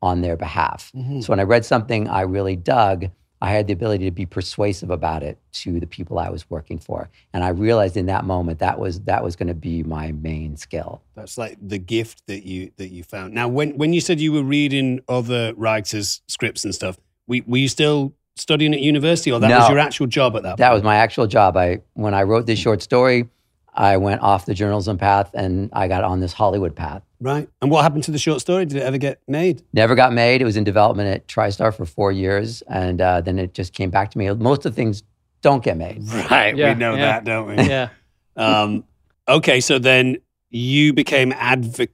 Speaker 7: on their behalf. So when I read something I really dug, I had the ability to be persuasive about it to the people I was working for. And I realized in that moment that was that was going to be my main skill.
Speaker 3: That's like the gift that you that you found. Now when when you said you were reading other writers scripts and stuff, we were you still studying at university or that
Speaker 7: No.
Speaker 3: was your actual job at that
Speaker 7: That was my actual job. I when I wrote this short story, I went off the journalism path and I got on this Hollywood path.
Speaker 3: Right. And what happened to the short story? Did it ever get made?
Speaker 7: Never got made. It was in development at TriStar for four years, and uh, then it just came back to me. Most of the things don't get made.
Speaker 3: Right.
Speaker 2: Yeah,
Speaker 3: we know
Speaker 2: yeah.
Speaker 3: that, don't we?
Speaker 2: Yeah.
Speaker 3: um, okay. So then you became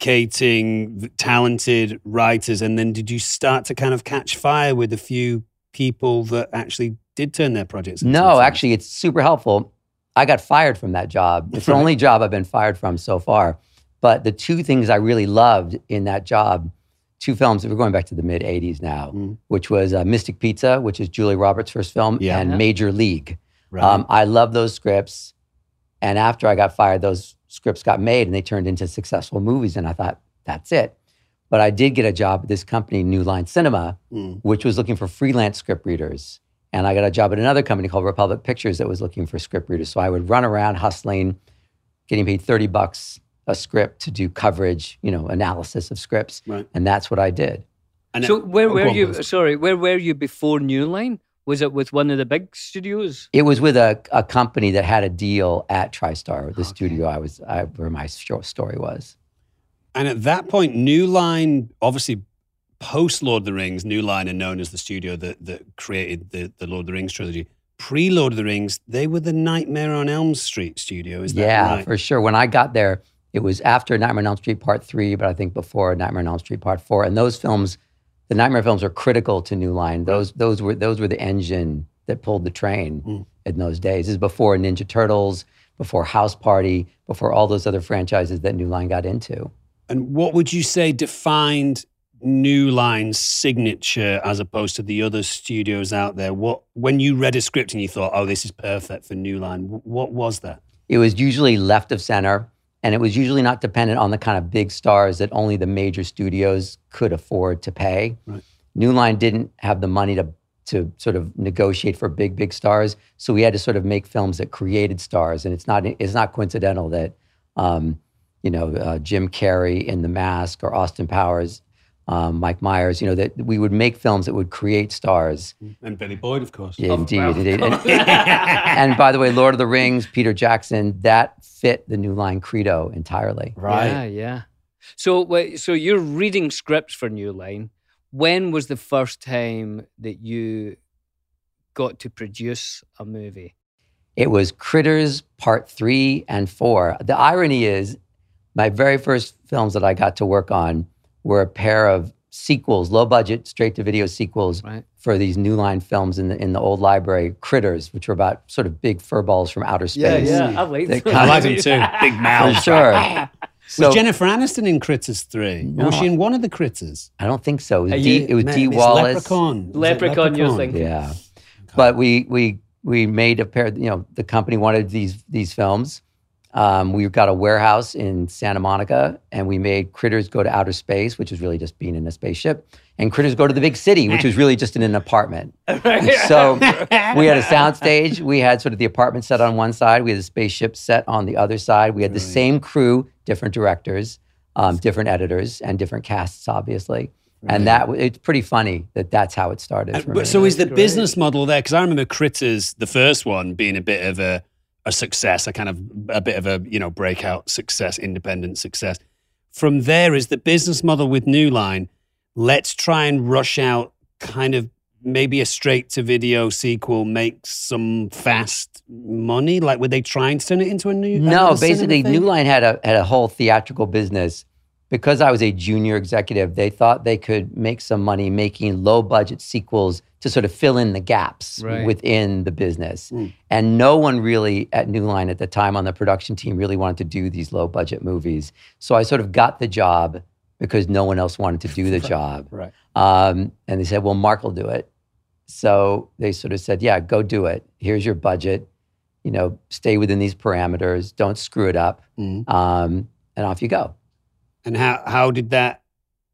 Speaker 3: advocating the talented writers. And then did you start to kind of catch fire with a few people that actually did turn their projects into
Speaker 7: No,
Speaker 3: films?
Speaker 7: actually, it's super helpful. I got fired from that job. It's the only job I've been fired from so far. But the two things I really loved in that job, two films, we're going back to the mid 80s now,
Speaker 3: Mm.
Speaker 7: which was uh, Mystic Pizza, which is Julie Roberts' first film,
Speaker 3: Yeah.
Speaker 7: and
Speaker 2: Yeah.
Speaker 7: Major League.
Speaker 3: Right.
Speaker 7: Um, I love those scripts. And after I got fired, those scripts got made and they turned into successful movies. And I thought, that's it. But I did get a job at this company, New Line Cinema,
Speaker 3: Mm.
Speaker 7: which was looking for freelance script readers. And I got a job at another company called Republic Pictures that was looking for script readers. So I would run around hustling, getting paid 30 bucks a script to do coverage, you know, analysis of scripts.
Speaker 3: Right.
Speaker 7: And that's what I did.
Speaker 3: And
Speaker 2: so
Speaker 3: it-
Speaker 2: where
Speaker 3: oh,
Speaker 2: were
Speaker 3: go on,
Speaker 2: you?
Speaker 3: Buzz.
Speaker 2: Sorry, where were you before New Line? Was it with one of the big studios?
Speaker 7: It was with a, a company that had a deal at TriStar, the studio I was, I, where my short story was.
Speaker 3: And at that point, New Line, obviously post Lord of the Rings, New Line are known as the studio that, that created the, the Lord of the Rings trilogy. pre Lord of the Rings, they were the Nightmare on Elm Street studio. Is that
Speaker 7: yeah,
Speaker 3: right?
Speaker 7: for sure. When I got there, it was after Nightmare on Elm Street Part Three, but I think before Nightmare on Elm Street Part Four. And those films, the Nightmare films, are critical to New Line. Those those were those were the engine that pulled the train
Speaker 3: Mm.
Speaker 7: in those days. This is before Ninja Turtles, before House Party, before all those other franchises that New Line got into.
Speaker 3: And what would you say defined New Line's signature as opposed to the other studios out there? What when you read a script and you thought, "Oh, this is perfect for New Line." wh- What was that?
Speaker 7: It was usually left of center, and it was usually not dependent on the kind of big stars that only the major studios could afford to pay.
Speaker 3: Right.
Speaker 7: New Line didn't have the money to to sort of negotiate for big big stars, so we had to sort of make films that created stars. And it's not it's not coincidental that um, you know uh, Jim Carrey in The Mask or Austin Powers, um, Mike Myers, you know that we would make films that would create stars.
Speaker 3: And Billy Boyd, of course.
Speaker 7: Yeah, indeed, indeed. And, and by the way, Lord of the Rings, Peter Jackson, that fit the New Line credo entirely.
Speaker 3: Right.
Speaker 2: Yeah, yeah. So, wait, so you're reading scripts for New Line. When was the first time that you got to produce a movie?
Speaker 7: It was Critters Part Three and Four. The irony is, my very first films that I got to work on were a pair of sequels, low budget, straight to video sequels
Speaker 2: Right.
Speaker 7: for these New Line films in the in the old library, Critters, which were about sort of big furballs from outer space.
Speaker 2: I like
Speaker 7: They
Speaker 2: that.
Speaker 7: kinda- I like
Speaker 3: them too. Big
Speaker 7: For sure. So,
Speaker 3: was Jennifer Aniston in Critters Three?
Speaker 7: No.
Speaker 3: Was she in one of the Critters?
Speaker 7: I don't think so. It was,
Speaker 2: Are
Speaker 7: D,
Speaker 2: you-
Speaker 7: it was
Speaker 3: Man,
Speaker 7: D.
Speaker 3: Miss
Speaker 7: Wallace.
Speaker 3: Leprechaun. Was it
Speaker 2: Leprechaun, you're thinking.
Speaker 7: Yeah. But we we we made a pair. You know, the company wanted these these films. Um, we got a warehouse in Santa Monica, and we made Critters go to outer space, which was really just being in a spaceship, and Critters go to the big city, which was really just in an apartment. so we had a soundstage. We had sort of the apartment set on one side. We had the spaceship set on the other side. We had the
Speaker 3: Brilliant.
Speaker 7: same crew, different directors, um, different editors, and different casts, obviously. And that it's pretty funny that that's how it started.
Speaker 3: And-
Speaker 7: for
Speaker 3: but
Speaker 7: me.
Speaker 3: so is the
Speaker 2: Great.
Speaker 3: business model there? Because I remember Critters, the first one, being a bit of a a success, a kind of a bit of a you know breakout success, independent success. From there is the business model with New Line. Let's try and rush out kind of maybe a straight to video sequel, make some fast money. Like were they trying to turn it into a new?
Speaker 7: No,
Speaker 3: another cinema
Speaker 7: basically,
Speaker 3: thing?
Speaker 7: New Line had a had a whole theatrical business. Because I was a junior executive, they thought they could make some money making low budget sequels to sort of fill in the gaps
Speaker 2: Right.
Speaker 7: within the business.
Speaker 3: Mm.
Speaker 7: And no one really at New Line at the time on the production team really wanted to do these low budget movies. So I sort of got the job because no one else wanted to do the job.
Speaker 3: Right.
Speaker 7: Um, and they said, well, Mark will do it. So they sort of said, yeah, go do it. Here's your budget. You know, stay within these parameters. Don't screw it up.
Speaker 3: Mm.
Speaker 7: Um, and off you go.
Speaker 3: And how how did that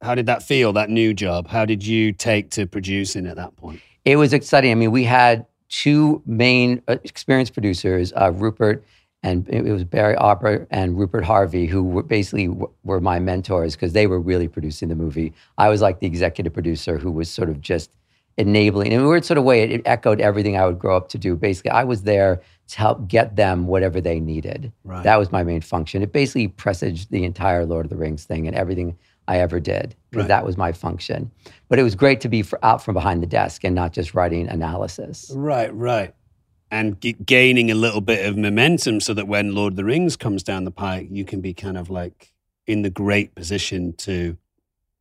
Speaker 3: how did that feel? That new job? How did you take to producing at that point?
Speaker 7: It was exciting. I mean, we had two main uh, experienced producers, uh, Rupert and it was Barry Opera and Rupert Harvey, who were basically w- were my mentors because they were really producing the movie. I was like the executive producer who was sort of just enabling. In a weird sort of way, it, it echoed everything I would grow up to do. Basically, I was there to help get them whatever they needed.
Speaker 3: Right.
Speaker 7: That was my main function. It basically presaged the entire Lord of the Rings thing and everything I ever did because
Speaker 3: Right.
Speaker 7: that was my function. But it was great to be for, out from behind the desk and not just writing analysis.
Speaker 3: Right, right. And g- gaining a little bit of momentum so that when Lord of the Rings comes down the pike, you can be kind of like in the great position to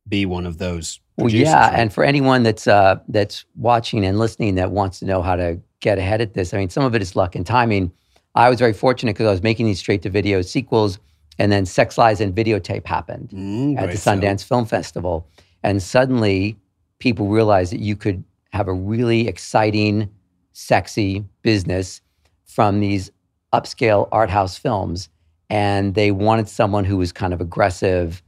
Speaker 3: be one of those.
Speaker 7: Well,
Speaker 3: producers,
Speaker 7: yeah,
Speaker 3: right?
Speaker 7: and for anyone that's uh, that's watching and listening that wants to know how to get ahead at this, I mean, some of it is luck and timing. I was very fortunate because I was making these straight to video sequels, and then Sex Lies and Videotape happened
Speaker 3: Mm,
Speaker 7: at the
Speaker 3: great film.
Speaker 7: Sundance Film Festival, and suddenly people realized that you could have a really exciting, sexy business from these upscale art house films, and they wanted someone who was kind of aggressive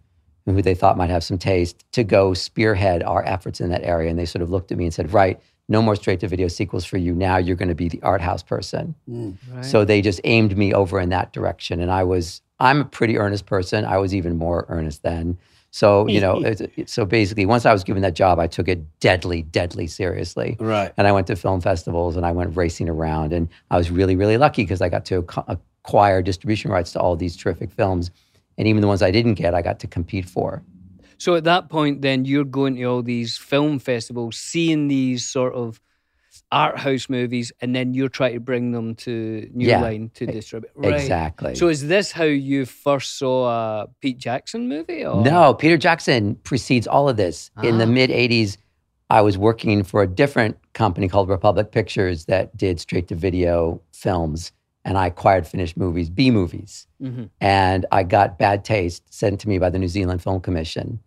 Speaker 7: and who they thought might have some taste to go spearhead our efforts in that area. And they sort of looked at me and said, Right, no more straight to video sequels for you. Now you're going to be the art house person.
Speaker 3: Mm.
Speaker 2: Right.
Speaker 7: So they just aimed me over in that direction. And I was, I'm a pretty earnest person. I was even more earnest then. So, you know, it's- it's- so basically, once I was given that job, I took it deadly, deadly seriously.
Speaker 3: Right.
Speaker 7: And I went to film festivals and I went racing around. And I was really, really lucky because I got to ac- acquire distribution rights to all these terrific films. And even the ones I didn't get, I got to compete for.
Speaker 2: So at that point, then you're going to all these film festivals, seeing these sort of art house movies, and then you're trying to bring them to New
Speaker 7: Yeah,
Speaker 2: Line to
Speaker 7: e-
Speaker 2: distribute. Right.
Speaker 7: exactly.
Speaker 2: So is this how you first saw a Pete Jackson movie? Or?
Speaker 7: No, Peter Jackson precedes all of this. In the
Speaker 2: Ah.
Speaker 7: mid 80s, I was working for a different company called Republic Pictures that did straight to video films, and I acquired finished movies, B movies.
Speaker 2: Mhm.
Speaker 7: And I got Bad Taste sent to me by the New Zealand Film Commission.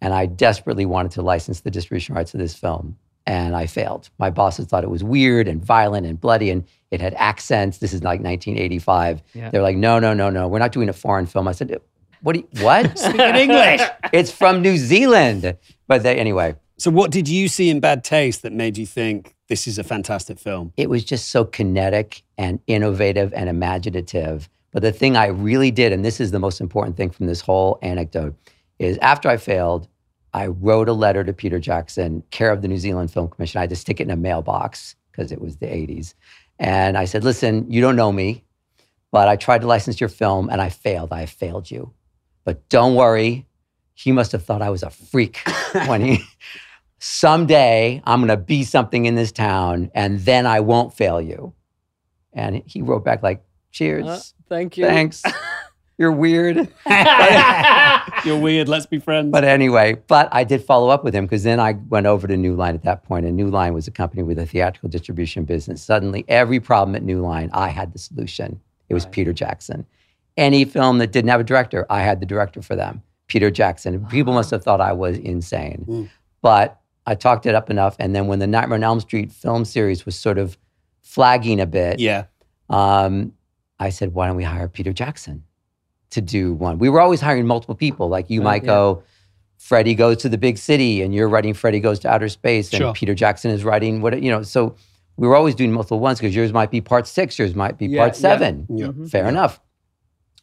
Speaker 7: And I desperately wanted to license the distribution rights of this film. And I failed. My bosses thought it was weird and violent and bloody, and it had accents. This is like 1985.
Speaker 2: Yeah.
Speaker 7: They're like, no, no, no, no, we're not doing a foreign film. I said, what? Do you, what?
Speaker 3: in English.
Speaker 7: it's from New Zealand. But they, anyway,
Speaker 3: So, what did you see in Bad Taste that made you think this is a fantastic film?
Speaker 7: it was just so kinetic and innovative and imaginative. But the thing I really did, and this is the most important thing from this whole anecdote, is after I failed, I wrote a letter to Peter Jackson, care of the New Zealand Film Commission. I had to stick it in a mailbox because it was the 80s. And I said, listen, you don't know me, but I tried to license your film and I failed. I failed you. But don't worry, he must have thought I was a freak when he someday I'm going to be something in this town and then I won't fail you. And he wrote back like, cheers.
Speaker 2: Uh, thank you.
Speaker 7: Thanks. You're weird.
Speaker 3: You're weird. Let's be friends.
Speaker 7: But anyway, but I did follow up with him because then I went over to New Line at that point, and New Line was a company with a theatrical distribution business. Suddenly, every problem at New Line, I had the solution. It was
Speaker 2: Right.
Speaker 7: Peter Jackson. Any film that didn't have a director, I had the director for them, Peter Jackson. And People must have thought I was insane,
Speaker 3: Ah. Mm.
Speaker 7: but I talked it up enough. And then when the Nightmare on Elm Street film series was sort of flagging a bit,
Speaker 3: yeah.
Speaker 7: um, I said, why don't we hire Peter Jackson to do one? We were always hiring multiple people. Like you
Speaker 2: Right,
Speaker 7: might
Speaker 2: yeah.
Speaker 7: go, Freddie goes to the big city, and you're writing Freddie goes to outer space, and
Speaker 3: Sure.
Speaker 7: Peter Jackson is writing what you know. So we were always doing multiple ones because yours might be part six, yours might be
Speaker 2: Yeah,
Speaker 7: part
Speaker 2: yeah.
Speaker 7: seven.
Speaker 3: Yeah.
Speaker 2: Mhm.
Speaker 7: Fair enough.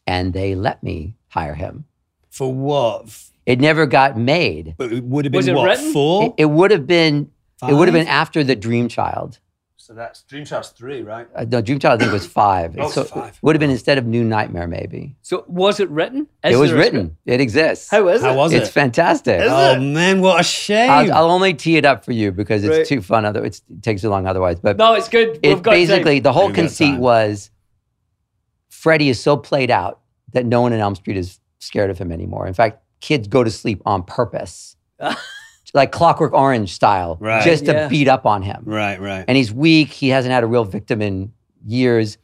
Speaker 7: And they let me hire him.
Speaker 3: For what? F-
Speaker 7: It never got made.
Speaker 3: But it would have been
Speaker 2: Was it
Speaker 3: what?
Speaker 2: written?
Speaker 3: Four?
Speaker 7: It, it would have been. It would have
Speaker 3: Oh. Five?
Speaker 7: been after the Dream Child.
Speaker 3: So that's Dream Child's three, right?
Speaker 7: Uh, no, Dream Child I think was five.
Speaker 3: Oh,
Speaker 7: so
Speaker 3: five.
Speaker 7: would have been instead of New Nightmare, maybe.
Speaker 2: So was it written? Is
Speaker 7: it was
Speaker 2: there a
Speaker 7: written. It exists.
Speaker 2: script? How is
Speaker 3: How
Speaker 2: it?
Speaker 3: was
Speaker 7: it's
Speaker 3: it?
Speaker 7: fantastic.
Speaker 3: oh man, what a shame.
Speaker 7: I'll, I'll only tee it up for you because it's
Speaker 2: Right.
Speaker 7: too fun. Other it's, it takes too long otherwise. But
Speaker 2: No, it's good. We've
Speaker 7: it
Speaker 2: got time.
Speaker 7: basically the whole
Speaker 3: We've got
Speaker 7: conceit
Speaker 3: time.
Speaker 7: was Freddie is so played out that no one in Elm Street is scared of him anymore. In fact, kids go to sleep on purpose, like Clockwork Orange style,
Speaker 3: Right.
Speaker 7: just to
Speaker 2: Yeah.
Speaker 7: beat up on him
Speaker 3: right, right.
Speaker 7: and he's weak. He hasn't had a real victim in years.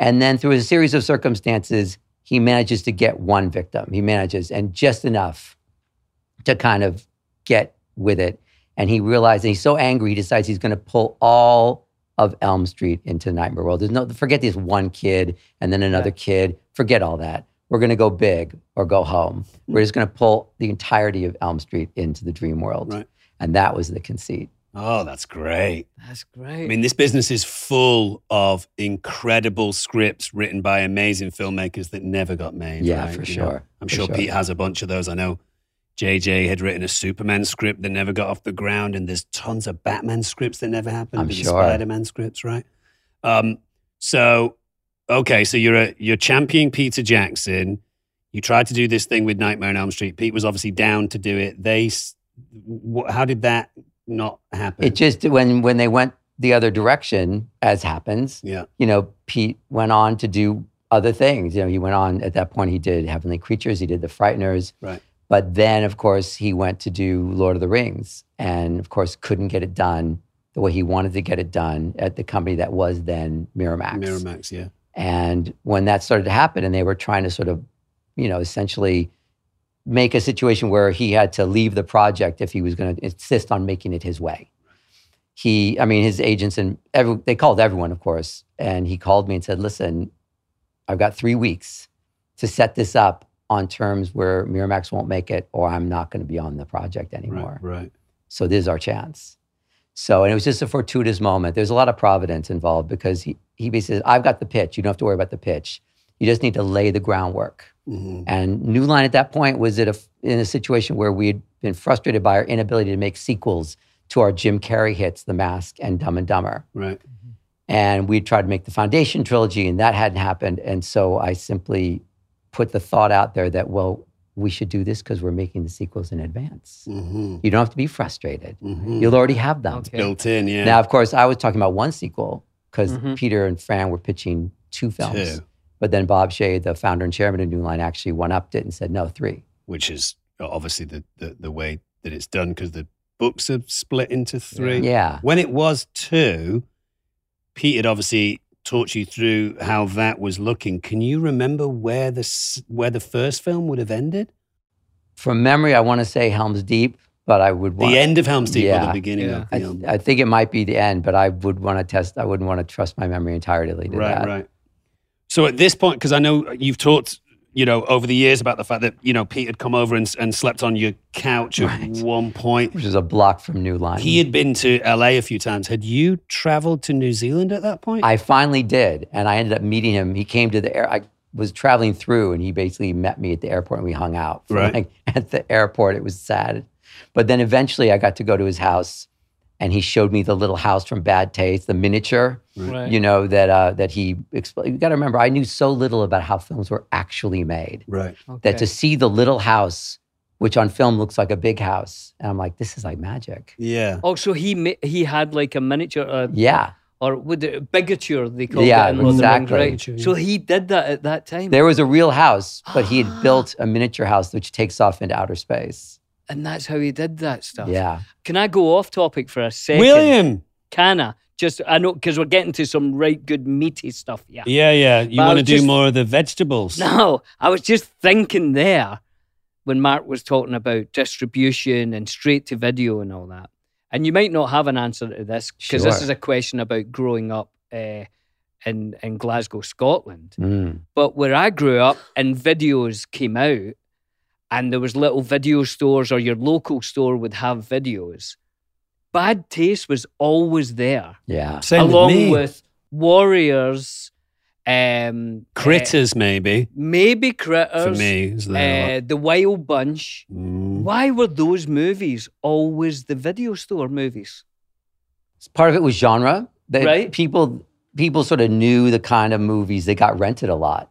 Speaker 7: And then through a series of circumstances, he manages to get one victim. He manages, and just enough to kind of get with it. And he realizes he's so angry, he decides he's going to pull all of Elm Street into Nightmare World. There's no forget this one kid and then another kid. Forget all that. We're going to go big or go home.
Speaker 3: Hmm.
Speaker 7: We're just going to pull the entirety of Elm Street into the dream world.
Speaker 3: Right.
Speaker 7: And that was the conceit.
Speaker 3: oh, that's great.
Speaker 2: That's great.
Speaker 3: I mean, this business is full of incredible scripts written by amazing filmmakers that never got made.
Speaker 7: Yeah,
Speaker 3: right?
Speaker 7: for
Speaker 3: You know,
Speaker 7: sure,
Speaker 3: I'm
Speaker 7: for
Speaker 3: sure,
Speaker 7: sure.
Speaker 3: Pete has a bunch of those. I know JJ had written a Superman script that never got off the ground, and there's tons of Batman scripts that never happened.
Speaker 7: I'm
Speaker 3: and
Speaker 7: sure.
Speaker 3: Spider Man scripts, right? Um, so, okay, so you're a, you're championing Peter Jackson. You tried to do this thing with Nightmare on Elm Street. Pete was obviously down to do it. They, s- wh- how did that not happen?
Speaker 7: It just when when they went the other direction, as happens,
Speaker 3: yeah.
Speaker 7: you know, Pete went on to do other things. You know, he went on at that point. He did Heavenly Creatures. He did The Frighteners.
Speaker 3: Right.
Speaker 7: But then, of course, he went to do Lord of the Rings, and of course, couldn't get it done the way he wanted to get it done at the company that was then Miramax.
Speaker 3: Miramax, yeah.
Speaker 7: And when that started to happen, and they were trying to sort of, you know, essentially make a situation where he had to leave the project if he was going to insist on making it his way. He, I mean, his agents and every, they called everyone, of course, and he called me and said, "Listen, I've got three weeks to set this up on terms where Miramax won't make it, or I'm not going to be on the project anymore."
Speaker 3: Right, right.
Speaker 7: So this is our chance. So, and it was just a fortuitous moment. There's a lot of providence involved because he, he basically says, I've got the pitch. You don't have to worry about the pitch. You just need to lay the groundwork.
Speaker 3: Mhm.
Speaker 7: And New Line at that point was at a, in a situation where we had been frustrated by our inability to make sequels to our Jim Carrey hits, The Mask and Dumb and Dumber.
Speaker 3: Right.
Speaker 7: And we tried to make the Foundation trilogy, and that hadn't happened. And so I simply put the thought out there that, well, we should do this because we're making the sequels in advance.
Speaker 3: Mhm.
Speaker 7: You don't have to be frustrated.
Speaker 3: Mhm.
Speaker 7: You'll already have them.
Speaker 2: Okay.
Speaker 3: Built in, yeah.
Speaker 7: Now, of course, I was talking about one sequel because
Speaker 2: Mhm.
Speaker 7: Peter and Fran were pitching two films.
Speaker 3: Two.
Speaker 7: But then Bob Shea, the founder and chairman of New Line, actually one upped it and said, no, three.
Speaker 3: which is uh, obviously the, the, the way that it's done because the books are split into three.
Speaker 7: Yeah.
Speaker 3: When it was two, Pete had obviously taught you through how that was looking. Can you remember where the s- where the first film would have ended?
Speaker 7: From memory, I want to say Helm's Deep, but I would want
Speaker 3: The end of Helm's Deep or
Speaker 7: Yeah.
Speaker 3: the beginning
Speaker 2: Yeah.
Speaker 3: of
Speaker 7: I,
Speaker 3: the Helm?
Speaker 7: I think it might be the end, but I would want to test. I wouldn't want to trust my memory entirely to
Speaker 3: right
Speaker 7: that.
Speaker 3: right so at this point because i know you've talked you know over the years about the fact that you know pete had come over and, s- and slept on your couch at
Speaker 7: Right.
Speaker 3: one point
Speaker 7: Which is a block from New Line.
Speaker 3: he had been to la a few times had you traveled to new zealand at that point
Speaker 7: I finally did, and I ended up meeting him. He came to the air. I was traveling through, and he basically met me at the airport, and we hung out. for,
Speaker 3: Right.
Speaker 7: like, at the airport, it was sad, but then eventually, I got to go to his house, and he showed me the little house from Bad Taste, the miniature.
Speaker 2: Right.
Speaker 7: You know that uh, that he explained. You got to remember, I knew so little about how films were actually made.
Speaker 3: right
Speaker 7: that
Speaker 2: Okay.
Speaker 7: to see the little house, which on film looks like a big house, and I'm like, this is like magic.
Speaker 3: yeah
Speaker 2: Also, he ma- he had like a miniature uh,
Speaker 7: Yeah,
Speaker 2: or would it, bigature they called
Speaker 7: Yeah,
Speaker 2: it in Lord of the Rings,
Speaker 7: exactly.
Speaker 3: Bigature,
Speaker 2: right?
Speaker 3: yeah.
Speaker 2: So he did that at that time,
Speaker 7: there was a real house, but he had built a miniature house which takes off into outer space.
Speaker 2: and that's how he did that stuff.
Speaker 7: Yeah,
Speaker 2: Can I go off topic for a second?
Speaker 3: william
Speaker 2: Can I? Just I know because we're getting to some right good meaty stuff. Yeah.
Speaker 3: yeah yeah you
Speaker 2: But I
Speaker 3: want to
Speaker 2: was
Speaker 3: do
Speaker 2: just-
Speaker 3: more of the vegetables
Speaker 2: No, I was just thinking there when Mark was talking about distribution and straight to video and all that. And you might not have an answer to this because this
Speaker 7: Sure.
Speaker 2: is a question about growing up uh, in in Glasgow, Scotland.
Speaker 7: Mm.
Speaker 2: But where I grew up and videos came out and there was little video stores or your local store would have videos, bad taste was always there.
Speaker 7: yeah,
Speaker 3: Same with
Speaker 2: along
Speaker 3: me.
Speaker 2: Warriors, um uh,
Speaker 3: critters maybe
Speaker 2: maybe Critters.
Speaker 3: for me is the-
Speaker 2: Uh, the Wild Bunch.
Speaker 3: Mm.
Speaker 2: Why were those movies always the video store movies?
Speaker 7: part of it was genre. They,
Speaker 2: Right.
Speaker 7: People people sort of knew the kind of movies that got rented a lot,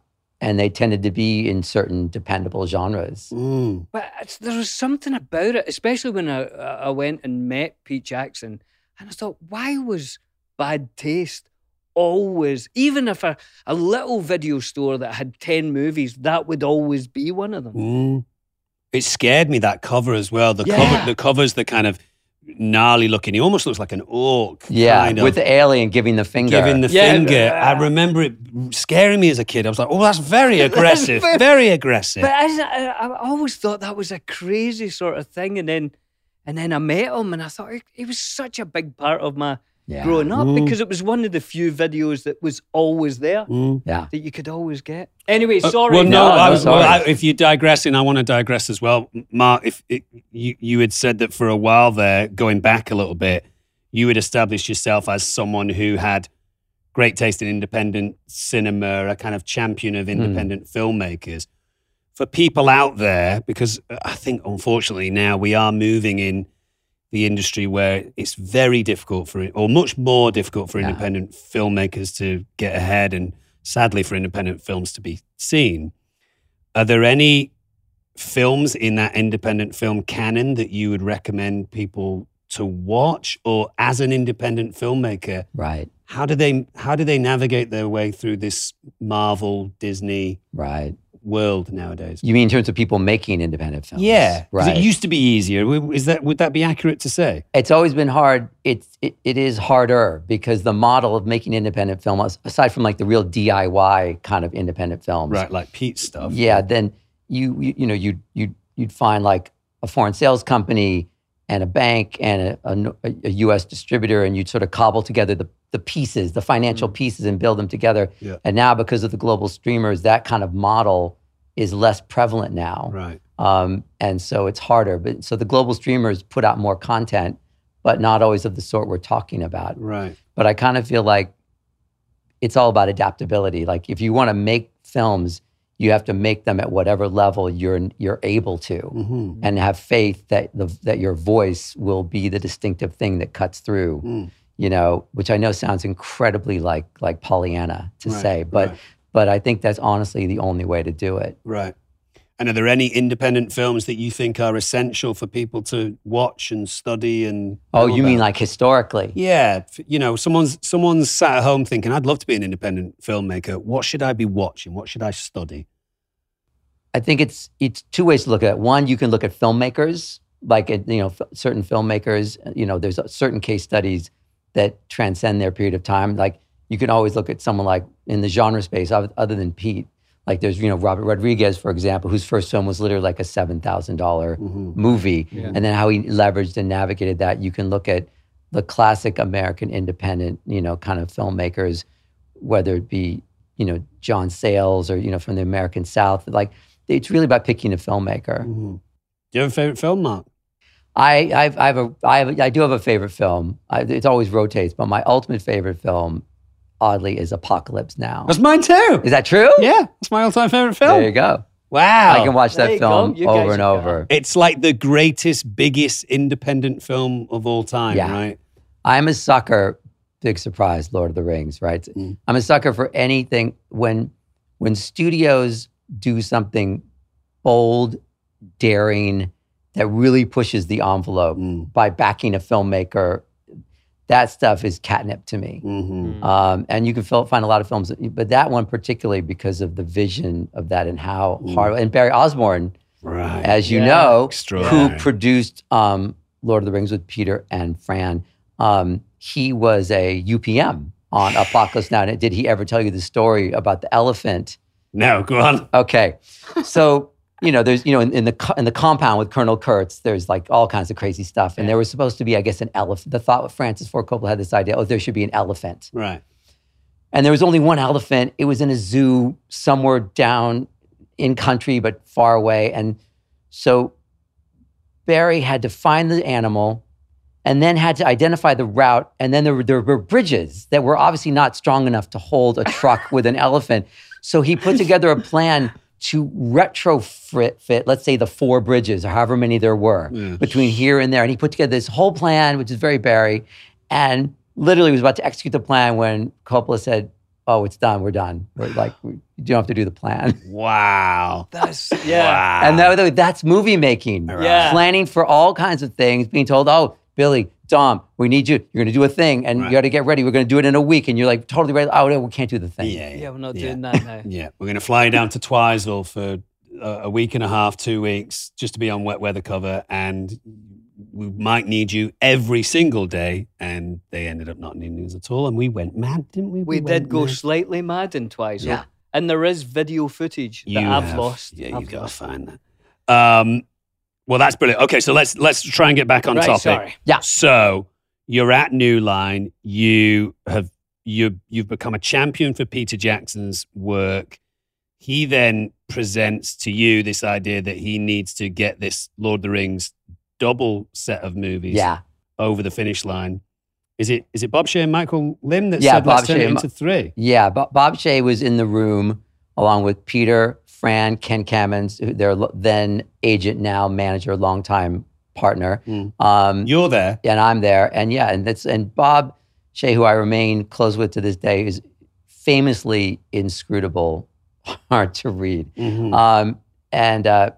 Speaker 7: and they tended to be in certain dependable genres.
Speaker 3: Mm.
Speaker 2: But it's, there was something about it, especially when I, I went and met Pete Jackson, and I thought, why was bad taste always, even if a, a little video store that had 10 movies, that would always be one of them?
Speaker 3: Mm. It scared me that cover as well. The
Speaker 2: Yeah.
Speaker 3: cover, the cover's the kind of gnarly looking. He almost looks like an orc.
Speaker 7: Yeah,
Speaker 3: kind of,
Speaker 7: with the alien giving the finger.
Speaker 3: giving the
Speaker 2: Yeah.
Speaker 3: finger. I remember it scaring me as a kid. I was like, "Oh, that's very
Speaker 2: That's
Speaker 3: aggressive.
Speaker 2: very-
Speaker 3: very aggressive."
Speaker 2: But I, I, I always thought that was a crazy sort of thing, and then, and then I met him, and I thought he, he was such a big part of my
Speaker 7: yeah.
Speaker 2: growing up
Speaker 3: Mm.
Speaker 2: because it was one of the few videos that was always there
Speaker 3: Mm.
Speaker 7: Yeah.
Speaker 2: that you could always get. Anyway,
Speaker 3: Uh,
Speaker 2: sorry.
Speaker 3: well, no,
Speaker 7: No,
Speaker 3: I
Speaker 7: no,
Speaker 3: was, well,
Speaker 7: sorry.
Speaker 3: I, if you're digressing, I want to digress as well. M- Mark, if it, you, you had said that for a while there, going back a little bit, you had established yourself as someone who had great taste in independent cinema, a kind of champion
Speaker 7: Hmm.
Speaker 3: of independent filmmakers. For people out there, because uh, I think unfortunately now we are moving in the industry where it's very difficult for it, or much more difficult for
Speaker 7: Yeah.
Speaker 3: independent filmmakers to get ahead and sadly for independent films to be seen. Are there any films in that independent film canon that you would recommend people to watch or as an independent filmmaker
Speaker 7: Right.
Speaker 3: how do they how do they navigate their way through this Marvel Disney
Speaker 7: Right.
Speaker 3: world nowadays?
Speaker 7: You mean in terms of people making independent films?
Speaker 3: Yeah, 'cause
Speaker 7: Right.
Speaker 3: It used to be easier. W- Is that would that be accurate to say?
Speaker 7: it's always been hard. It's it, it is harder because the model of making independent films, aside from like the real DIY kind of independent films,
Speaker 3: Right, like Pete's stuff.
Speaker 7: yeah, then you you, you know you you you'd find like a foreign sales company and a bank and a, a, a U.S. distributor, and you'd sort of cobble together the the pieces, the financial pieces, and build them together.
Speaker 3: Mm. Yeah.
Speaker 7: And now, because of the global streamers, that kind of model is less prevalent now.
Speaker 3: Right.
Speaker 7: Um, and so it's harder. But so the global streamers put out more content, but not always of the sort we're talking about.
Speaker 3: Right.
Speaker 7: But I kind of feel like it's all about adaptability. Like if you want to make films, you have to make them at whatever level you're you're able to,
Speaker 3: hmm
Speaker 7: and have faith that the, that your voice will be the distinctive thing that cuts through.
Speaker 3: Mm.
Speaker 7: You know, which I know sounds incredibly like like Pollyanna to
Speaker 3: Right,
Speaker 7: say, but
Speaker 3: right.
Speaker 7: but I think that's honestly the only way to do it.
Speaker 3: Right. And are there any independent films that you think are essential for people to watch and study and?
Speaker 7: Oh,
Speaker 3: know
Speaker 7: you mean
Speaker 3: about?
Speaker 7: like historically?
Speaker 3: Yeah, f- you know, someone's someone's sat at home thinking, "I'd love to be an independent filmmaker. What should I be watching? What should I study?"
Speaker 7: I think it's it's two ways to look at it. One, you can look at filmmakers, like uh, you know, f- certain filmmakers. You know, there's uh, certain case studies that transcend their period of time. Like you can always look at someone like in the genre space, oth- other than Pete. Like there's you know Robert Rodriguez, for example, whose first film was literally like a seven Mm-hmm. movie,
Speaker 3: Yeah.
Speaker 7: and then how he leveraged and navigated that. You can look at the classic American independent, you know, kind of filmmakers, whether it be you know John Sayles or you know from the American South. Like it's really about picking a filmmaker.
Speaker 2: Mm.
Speaker 3: Mm-hmm. Do you have a favorite film, Mark?
Speaker 7: I I've, I have a I have, I do have a favorite film. I, it always rotates, but my ultimate favorite film, oddly, is Apocalypse Now.
Speaker 3: That's mine too.
Speaker 7: Is that true?
Speaker 3: Yeah, that's my all-time favorite film.
Speaker 7: There you go.
Speaker 3: Wow,
Speaker 7: I can watch
Speaker 2: There
Speaker 7: that
Speaker 2: you go.
Speaker 7: film
Speaker 2: You guys
Speaker 7: over and
Speaker 2: are
Speaker 7: over.
Speaker 3: It's like the greatest, biggest independent film of all time,
Speaker 7: Yeah.
Speaker 3: right?
Speaker 7: I'm a sucker. Big surprise, Lord of the Rings, right?
Speaker 3: Mm.
Speaker 7: I'm a sucker for anything when when studios do something bold, daring, that really pushes the envelope
Speaker 3: Mm.
Speaker 7: by backing a filmmaker. That stuff is catnip to me.
Speaker 3: hmm
Speaker 7: Um, and you can fil- find a lot of films, but that one particularly because of the vision of that and how
Speaker 3: Mm.
Speaker 7: hard. And Barry Osborne,
Speaker 3: Right.
Speaker 7: as you
Speaker 2: Yeah.
Speaker 7: know, who
Speaker 3: Extraordinary.
Speaker 7: produced um, Lord of the Rings with Peter and Fran, um, he was a UPM on Apocalypse Now. And did he ever tell you the story about the elephant?
Speaker 3: no, go on.
Speaker 7: Okay, so you know, there's you know, in, in the co- in the compound with Colonel Kurtz, there's like all kinds of crazy stuff, and there was supposed to be, I guess, an elephant. The thought Francis Ford Coppola had this idea: oh, there should be an elephant.
Speaker 3: Right.
Speaker 7: And there was only one elephant. It was in a zoo somewhere down in country, but far away. And so Barry had to find the animal and then had to identify the route. And then there were, there were bridges that were obviously not strong enough to hold a truck with an elephant. So he put together a plan to retrofit, let's say, the four bridges or however many there were
Speaker 3: Yeah.
Speaker 7: between here and there. And he put together this whole plan, which is very Barry, and literally was about to execute the plan when Coppola said, Oh, it's done. We're done. We're like, we, you don't have to do the plan.
Speaker 3: Wow.
Speaker 2: That's yeah.
Speaker 3: Wow.
Speaker 7: And that, that's movie making,
Speaker 2: Yeah.
Speaker 7: planning for all kinds of things, being told, Oh, Billy, Dom, we need you. You're going to do a thing and
Speaker 3: Right.
Speaker 7: you got to get ready. We're going to do it in a week. And you're like, totally ready. Oh, no, we can't do the thing.
Speaker 3: yeah,
Speaker 2: Yeah,
Speaker 3: yeah,
Speaker 2: we're not
Speaker 3: yeah.
Speaker 2: doing that now.
Speaker 3: Yeah, we're going to fly down to Twisel for a, a week and a half, two weeks, just to be on wet weather cover, and we might need you every single day. And they ended up not needing us at all, and we went mad, didn't we?
Speaker 2: We
Speaker 3: went
Speaker 2: did go
Speaker 3: mad.
Speaker 2: slightly mad in Twizel.
Speaker 7: Yeah.
Speaker 2: And there is video footage that
Speaker 3: You
Speaker 2: I've
Speaker 3: have-
Speaker 2: lost.
Speaker 3: Yeah,
Speaker 2: I've
Speaker 3: you've got to
Speaker 2: lost.
Speaker 3: find that. Um, well, that's brilliant. Okay, so let's let's try and get back on
Speaker 2: right,
Speaker 3: topic.
Speaker 2: Sorry.
Speaker 3: So you're at New Line. You have you you've become a champion for Peter Jackson's work. He then presents to you this idea that he needs to get this Lord of the Rings double set of movies
Speaker 7: Yeah.
Speaker 3: over the finish line. Is it is it Bob Shea and Michael Lim that
Speaker 7: Yeah,
Speaker 3: said
Speaker 7: Bob
Speaker 3: let's turn
Speaker 7: Shea
Speaker 3: it
Speaker 7: and
Speaker 3: into three?
Speaker 7: Yeah, Bo- Bob Shea was in the room along with Peter, Fran, Ken Cammons, who- their lo- then agent, now manager, longtime partner.
Speaker 3: Mm.
Speaker 7: Um,
Speaker 3: You're there.
Speaker 7: and I'm there, and yeah, and that's and Bob Shea, who I remain close with to this day, is famously inscrutable, hard to read.
Speaker 3: Mhm.
Speaker 7: Um, and uh,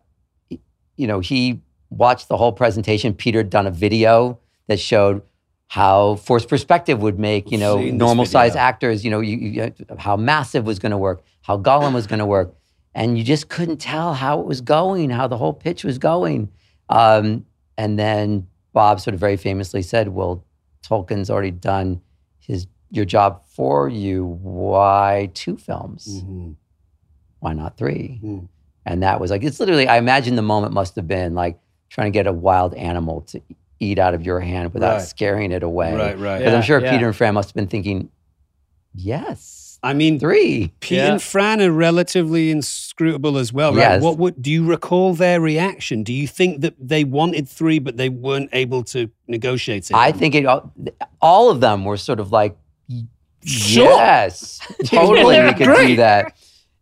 Speaker 7: you know, he watched the whole presentation. Peter had done a video that showed how forced perspective would make you know
Speaker 3: Seen this
Speaker 7: normal size
Speaker 3: video.
Speaker 7: actors. You know, you, you, how massive was going to work, how Gollum was going to work, and you just couldn't tell how it was going, how the whole pitch was going. Um, and then Bob sort of very famously said, "Well, Tolkien's already done his your job for you. Why two films?
Speaker 3: Mhm.
Speaker 7: Why not three?
Speaker 3: Mm.
Speaker 7: And that was like, it's literally, I imagine the moment must have been like trying to get a wild animal to eat out of your hand without
Speaker 3: Right.
Speaker 7: scaring it away.
Speaker 3: Right, right.
Speaker 7: Because
Speaker 2: Yeah,
Speaker 7: I'm sure
Speaker 2: yeah.
Speaker 7: Peter and Fran must have been thinking, yes,
Speaker 3: I mean,
Speaker 7: three.
Speaker 3: Pete
Speaker 2: Yeah.
Speaker 3: and Fran are relatively inscrutable as well, right?
Speaker 7: Yes.
Speaker 3: What would do you recall their reaction? Do you think that they wanted three but they weren't able to negotiate it?
Speaker 7: I think it, all- all of them were sort of like, "Y-
Speaker 3: Sure.
Speaker 7: yes, totally,
Speaker 3: Yeah,
Speaker 7: we could do
Speaker 3: great.
Speaker 7: that.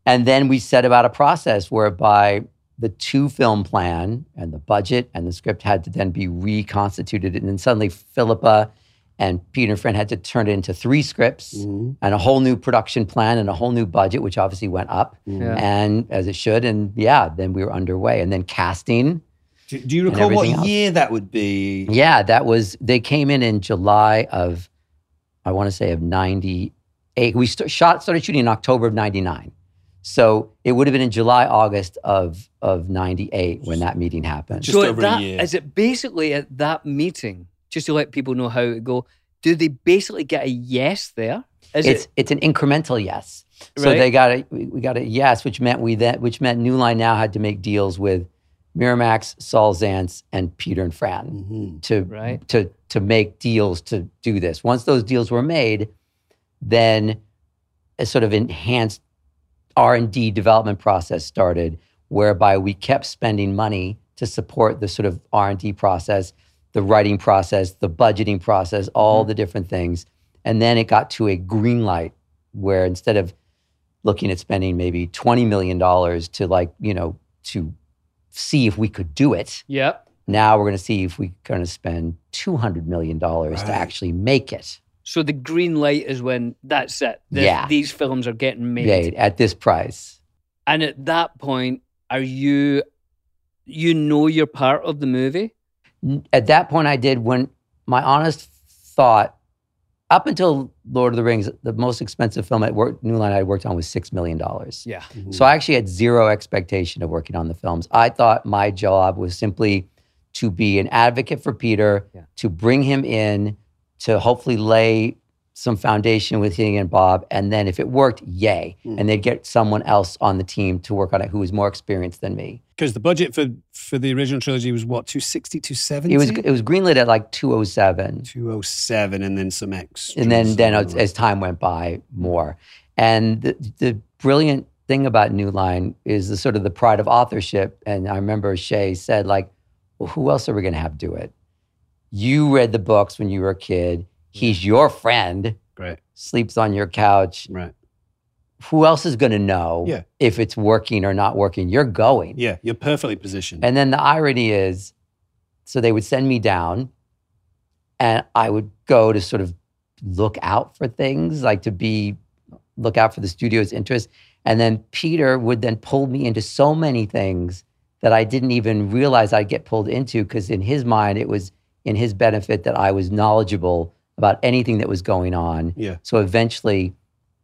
Speaker 7: And then we set about a process whereby the two film plan and the budget and the script had to then be reconstituted. And then suddenly Philippa And Peter and Friend had to turn it into three scripts
Speaker 3: Mm-hmm.
Speaker 7: and a whole new production plan and a whole new budget, which obviously went up
Speaker 3: Yeah.
Speaker 7: and as it should. And yeah, then we were underway. And then casting.
Speaker 9: Do, do you
Speaker 7: and
Speaker 9: recall what
Speaker 7: everything else.
Speaker 9: year that would be?
Speaker 7: Yeah, that was they came in in July of, I want to say of '98. We st- shot started shooting in October of '99, so it would have been in July August of of '98 when that meeting happened.
Speaker 2: so at that- Is it basically at that meeting, just to let people know how it go, do they basically get a yes there? Is
Speaker 7: it's
Speaker 2: it?
Speaker 7: it's an incremental yes. So
Speaker 2: Right.
Speaker 7: they got a we we got a yes, which meant we that which meant New Line now had to make deals with Miramax, Saul Zance, and Peter and Fran
Speaker 3: Mm-hmm.
Speaker 7: to
Speaker 2: Right.
Speaker 7: to to make deals to do this. Once those deals were made, then a sort of enhanced R and D development process started, whereby we kept spending money to support the sort of R and D process, the writing process, the budgeting process, all the different things, and then it got to a green light where instead of looking at spending maybe twenty million dollars to like you know to see if we could do it,
Speaker 2: Yep.
Speaker 7: now we're going to see if we're going to spend $200 million to actually make it
Speaker 2: So the green light is when that's it. The-
Speaker 7: Yeah.
Speaker 2: These films are getting made.
Speaker 7: made at this price.
Speaker 2: And at that point, are you, you know you're part of the movie?
Speaker 7: N- At that point, I did when my honest thought, up until Lord of the Rings, the most expensive film at work, New Line I worked on was $6 million.
Speaker 2: Yeah.
Speaker 3: Mm-hmm.
Speaker 7: So I actually had zero expectation of working on the films. I thought my job was simply to be an advocate for Peter, to bring him in, to hopefully lay some foundation with him and Bob. And then if it worked, yay. And they'd get someone else on the team to work on it who was more experienced than me.
Speaker 3: Because the budget for for the original trilogy was what 260, 270?
Speaker 7: It was it was greenlit at like 207.
Speaker 3: 207 and then some X. oh
Speaker 7: and then then as, as time went by more and the, the brilliant thing about new line is the sort of the pride of authorship and i remember shay said like well, who else are we going to have do it you read the books when you were a kid he's your friend
Speaker 3: Right.
Speaker 7: sleeps on your couch
Speaker 3: right
Speaker 7: who else is going to know
Speaker 3: Yeah.
Speaker 7: if it's working or not working you're going
Speaker 3: Yeah, you're perfectly positioned.
Speaker 7: and then the irony is, so they would send me down, and I would go to sort of look out for things, like to be look out for the studio's interest. And then Peter would then pull me into so many things that I didn't even realize I'd get pulled into because in his mind it was in his benefit that I was knowledgeable about anything that was going on.
Speaker 3: Yeah.
Speaker 7: So eventually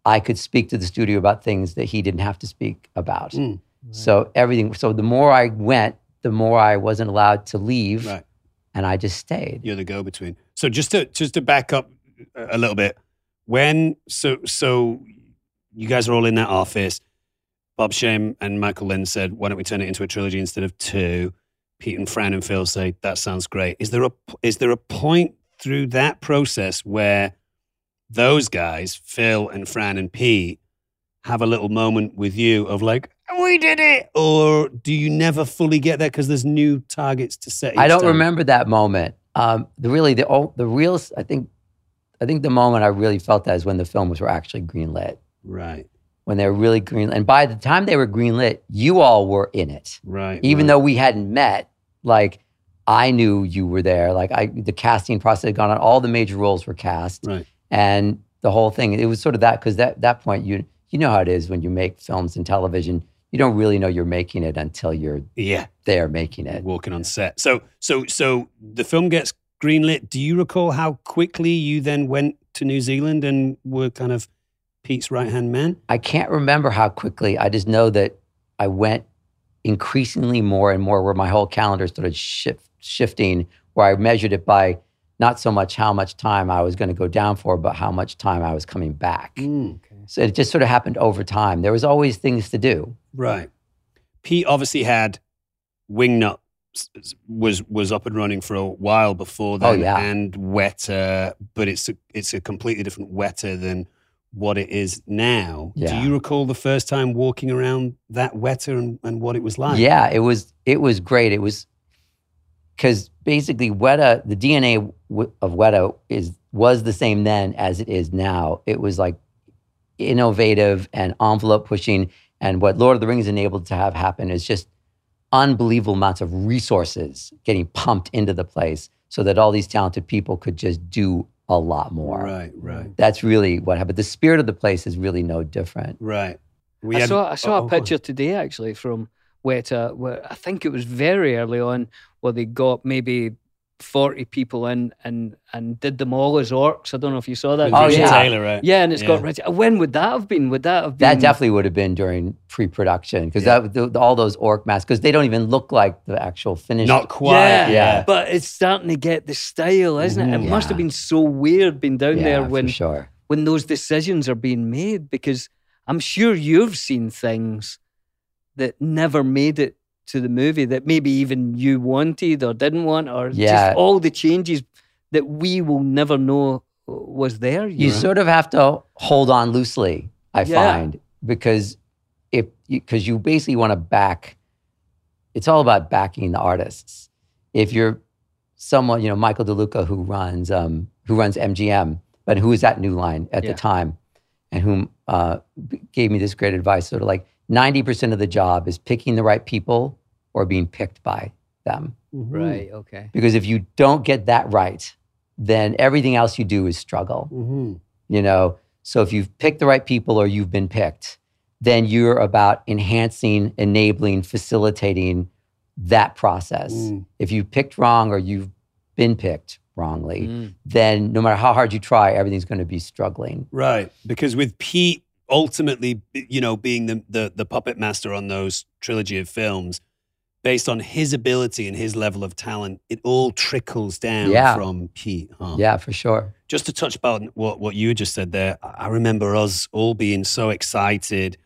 Speaker 7: I could speak to the studio about things that he didn't have to speak about.
Speaker 3: Mm.
Speaker 7: So everything. So the more I went, the more I wasn't allowed to leave,
Speaker 3: Right.
Speaker 7: and I just stayed.
Speaker 3: You're the go-between. So just to just to back up a a little bit, when so so you guys are all in that office. Bob Shame and Michael Lynn said, "Why don't we turn it into a trilogy instead of two? Pete and Fran and Phil say, "That sounds great." Is there a is there a point through that process where those guys, Phil and Fran and Pete, have a little moment with you of like, "We did it," or do you never fully get there because there's new targets to set?
Speaker 7: I
Speaker 3: each
Speaker 7: don't
Speaker 3: time?
Speaker 7: remember that moment. Um, the, really, the o- the real. I think, I think the moment I really felt that is when the films were actually greenlit.
Speaker 3: Right,
Speaker 7: When they were really green, and by the time they were greenlit, you all were in it.
Speaker 3: right.
Speaker 7: Even
Speaker 3: right.
Speaker 7: though we hadn't met, like I knew you were there. Like I, the casting process had gone on. All the major roles were cast,
Speaker 3: Right.
Speaker 7: and the whole thing. It was sort of that because that that point you you know how it is when you make films and television. You don't really know you're making it until you're
Speaker 3: Yeah,
Speaker 7: there making it.
Speaker 3: walking on set. So, so, so the film gets greenlit. Do you recall how quickly you then went to New Zealand and were kind of Pete's right hand man?
Speaker 7: I can't remember how quickly. I just know that I went increasingly more and more where my whole calendar started shift, shifting, where I measured it by not so much how much time I was going to go down for, but how much time I was coming back.
Speaker 3: Mm.
Speaker 7: So it just sort of happened over time. There was always things to do.
Speaker 3: Right. Pete obviously had Wingnut s- s- was was up and running for a while before
Speaker 7: Oh,
Speaker 3: then,
Speaker 7: yeah.
Speaker 3: and Wetter, but it's a, it's a completely different Wetter than what it is now.
Speaker 7: Yeah.
Speaker 3: Do you recall the first time walking around that Wetter and, and what it was like?
Speaker 7: Yeah, it was it was great. It was because basically Weta, the DNA w- of Weta is was the same then as it is now. It was like innovative and envelope pushing, and what Lord of the Rings enabled to have happen is just unbelievable amounts of resources getting pumped into the place so that all these talented people could just do a lot more.
Speaker 3: Right, right,
Speaker 7: That's really what happened. The spirit of the place is really no different.
Speaker 3: right.
Speaker 2: I saw I
Speaker 3: Oh,
Speaker 2: saw a picture today actually from Weta where I think it was very early on where they got maybe forty people in and and did them all as orcs. I don't know if you saw that.
Speaker 3: With Oh,
Speaker 2: today.
Speaker 3: Richard yeah. Taylor, right?
Speaker 2: Yeah, and it's got
Speaker 3: Yeah.
Speaker 2: Richard. When would that have been? Would that have been?
Speaker 7: That definitely would have been during pre-production because
Speaker 3: Mm. Yeah.
Speaker 7: that the, all those orc masks because they don't even look like the actual finished.
Speaker 3: Not quite.
Speaker 2: Yeah,
Speaker 3: yeah.
Speaker 2: But it's starting to get the style, isn't it? It
Speaker 7: Mhm.
Speaker 2: must have
Speaker 7: Yeah.
Speaker 2: been so weird being down
Speaker 7: yeah,
Speaker 2: there
Speaker 7: for
Speaker 2: when
Speaker 7: sure.
Speaker 2: when those decisions are being made because I'm sure you've seen things that never made it to the movie that maybe even you wanted or didn't want or
Speaker 7: Yeah.
Speaker 2: just all the changes that we will never know was there.
Speaker 7: You sort of have to hold on loosely, I
Speaker 2: Yeah.
Speaker 7: find, because if because you basically want to back. It's all about backing the artists. If you're someone, you know Michael DeLuca, who runs um, who runs MGM, but who was at New Line at
Speaker 2: Yeah.
Speaker 7: the time, and whom uh, b- gave me this great advice, sort of like ninety percent of the job is picking the right people or being picked by them.
Speaker 3: Mm-hmm.
Speaker 2: right, okay.
Speaker 7: Because if you don't get that right, then everything else you do is struggle
Speaker 3: Mm-hmm.
Speaker 7: you know so if you've picked the right people or you've been picked then you're about enhancing enabling facilitating that process
Speaker 3: Mm.
Speaker 7: if you picked wrong or you've been picked wrongly
Speaker 2: Mm.
Speaker 7: then no matter how hard you try everything's going to be struggling
Speaker 3: Right. Because with Pete ultimately, you know, being the, the, the puppet master on those trilogy of films, based on his ability and his level of talent, it all trickles down
Speaker 7: Yeah.
Speaker 3: from Pete. Huh?
Speaker 7: yeah for sure
Speaker 3: Just to touch upon what, what you just said there, I I remember us all being so excited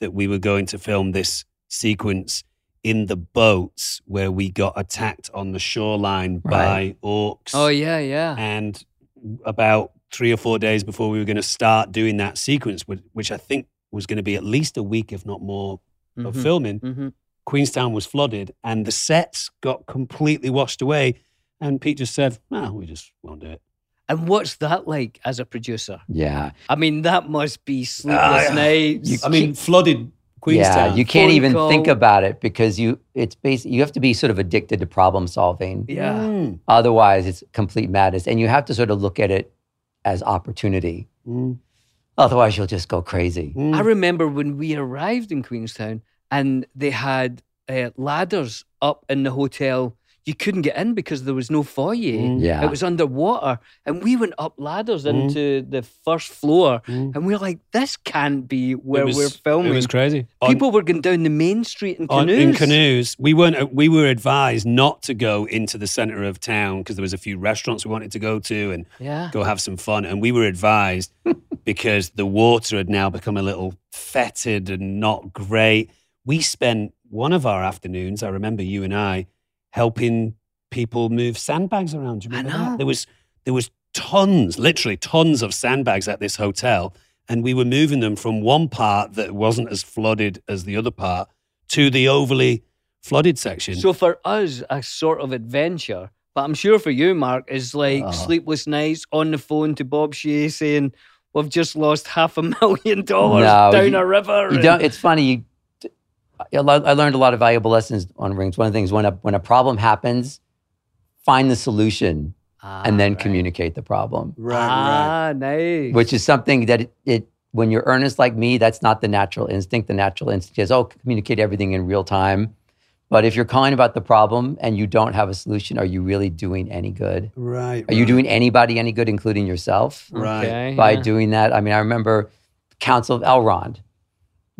Speaker 3: that we were going to film this sequence in the boats where we got attacked on the shoreline
Speaker 7: Right.
Speaker 3: by orcs
Speaker 2: Oh yeah, yeah.
Speaker 3: and about three or four days before we were going to start doing that sequence, which, which I think was going to be at least a week, if not more, of
Speaker 2: Mhm,
Speaker 3: filming,
Speaker 2: mhm.
Speaker 3: Queenstown was flooded and the sets got completely washed away. And Pete just said, "Well, we just won't do it."
Speaker 2: And what's that like as a producer?
Speaker 7: yeah
Speaker 2: I mean, that must be sleepless
Speaker 3: Ah,
Speaker 2: nights.
Speaker 3: I mean, flooded Queenstown.
Speaker 7: yeah you can't
Speaker 2: Phone
Speaker 7: even
Speaker 2: call.
Speaker 7: think about it because you it's basically you have to be sort of addicted to problem solving
Speaker 2: yeah.
Speaker 3: Mm,
Speaker 7: otherwise it's complete madness and you have to sort of look at it as opportunity
Speaker 3: mm,
Speaker 7: otherwise you'll just go crazy
Speaker 3: mm.
Speaker 2: I remember when we arrived in Queenstown and they had uh, ladders up in the hotel. You couldn't get in because there was no foyer.
Speaker 3: Mm.
Speaker 7: yeah
Speaker 2: It was underwater. And we went up ladders
Speaker 3: Mm.
Speaker 2: into the first floor.
Speaker 3: Mm.
Speaker 2: And we are like, this can't be where
Speaker 3: It was-
Speaker 2: we're filming.
Speaker 3: It was crazy. On-
Speaker 2: People were going down the main street in
Speaker 3: on-
Speaker 2: canoes.
Speaker 3: in canoes. We weren't. uh, We were advised not to go into the center of town because there was a few restaurants we wanted to go to, and
Speaker 2: Yeah.
Speaker 3: go have some fun. And we were advised because the water had now become a little fetid and not great. We spent one of our afternoons, I remember you and I, helping people move sandbags around. Do you
Speaker 2: I
Speaker 3: remember
Speaker 2: know.
Speaker 3: that? There was there was tons, literally tons of sandbags at this hotel. And we were moving them from one part that wasn't as flooded as the other part to the overly flooded section.
Speaker 2: So for us, a sort of adventure. But I'm sure for you, Mark, is like
Speaker 3: Oh.
Speaker 7: Uh-huh.
Speaker 2: sleepless nights on the phone to Bob Shea saying, We've just lost half a million dollars
Speaker 7: No,
Speaker 2: down
Speaker 7: you-
Speaker 2: a river.
Speaker 7: You
Speaker 2: and-
Speaker 7: don't. It's funny. You, I lo- I learned a lot of valuable lessons on rings. One of the things when a when a problem happens, find the solution
Speaker 2: Ah,
Speaker 7: and then
Speaker 2: right.
Speaker 7: communicate the problem,
Speaker 3: right, right.
Speaker 2: ah, nice.
Speaker 7: which is something that it, it when you're earnest like me, that's not the natural instinct. The natural instinct is oh, communicate everything in real time. But if you're calling about the problem and you don't have a solution, are you really doing any good?
Speaker 3: Right.
Speaker 7: Are you
Speaker 3: right,
Speaker 7: doing anybody any good, including yourself?
Speaker 3: right?
Speaker 2: Okay,
Speaker 7: by
Speaker 2: yeah.
Speaker 7: doing that. I mean, I remember Council of Elrond.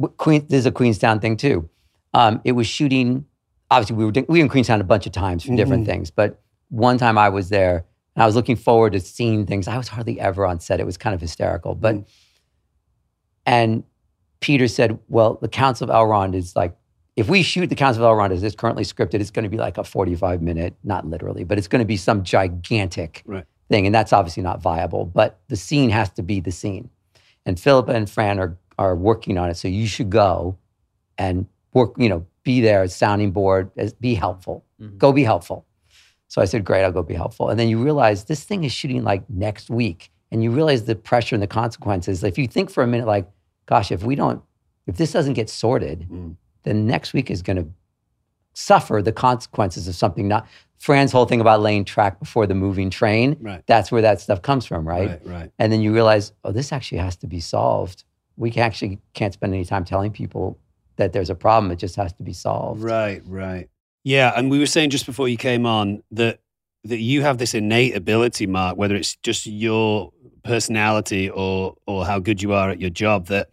Speaker 7: Wh- Queen, this is a Queenstown thing too. Um, it was shooting. Obviously, we were doing- we were in Queenstown a bunch of times for different things, but one time I was there and I was looking forward to seeing things. I was hardly ever on set. It was kind of hysterical, but and Peter said, "Well, the Council of Elrond is like." If we shoot the Council of Elrond as it's currently scripted, it's going to be like a 45 minute, not literally, but it's going to be some gigantic
Speaker 3: Right.
Speaker 7: thing. And that's obviously not viable, but the scene has to be the scene. And Philippa and Fran are, are working on it. So you should go and work, you know, be there as sounding board, as, be helpful.
Speaker 2: Mhm.
Speaker 7: Go be helpful. So I said, great, I'll go be helpful. And then you realize this thing is shooting like next week. And you realize the pressure and the consequences. If you think for a minute, like, gosh, if we don't, if this doesn't get sorted,
Speaker 3: Mm.
Speaker 7: then next week is going to suffer the consequences of something not. Fran's whole thing about laying track before the moving train,
Speaker 3: Right.
Speaker 7: that's where that stuff comes from, right?
Speaker 3: Right, right.
Speaker 7: And then you realize, oh, this actually has to be solved. We can actually can't spend any time telling people that there's a problem. It just has to be solved.
Speaker 3: Right, right. Yeah, and we were saying just before you came on that that you have this innate ability, Mark, whether it's just your personality or or how good you are at your job, that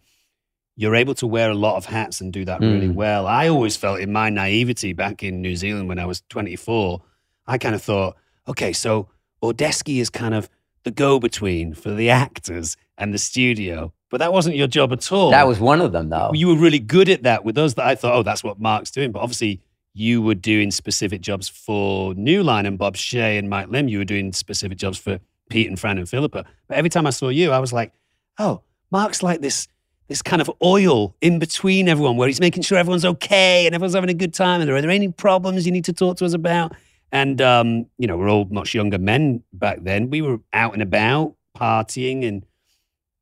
Speaker 3: you're able to wear a lot of hats and do that really
Speaker 7: Mm.
Speaker 3: well. I always felt in my naivety back in New Zealand when I was 24, I kind of thought, okay, so Ordesky is kind of the go-between for the actors and the studio, but that wasn't your job at all.
Speaker 7: That was one of them, though.
Speaker 3: You were really good at that with us. That I thought, oh, that's what Mark's doing. But obviously, you were doing specific jobs for New Line and Bob Shea and Mike Lim. You were doing specific jobs for Pete and Fran and Philippa. But every time I saw you, I was like, oh, Mark's like this this kind of oil in between everyone, where he's making sure everyone's okay and everyone's having a good time. And are there any problems you need to talk to us about? And um, you know, we're all much younger men back then. We were out and about partying and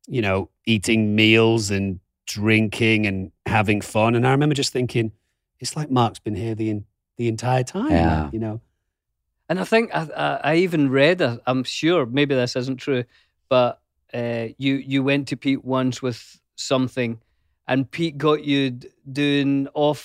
Speaker 3: you know, eating meals and drinking and having fun. And I remember just thinking, it's like Mark's been here the en- the entire time.
Speaker 7: Yeah.
Speaker 3: You know,
Speaker 2: And I think I, I, I even read, uh, I'm sure, maybe this isn't true, but uh, you you went to Pete once with something, and Pete got you d- doing off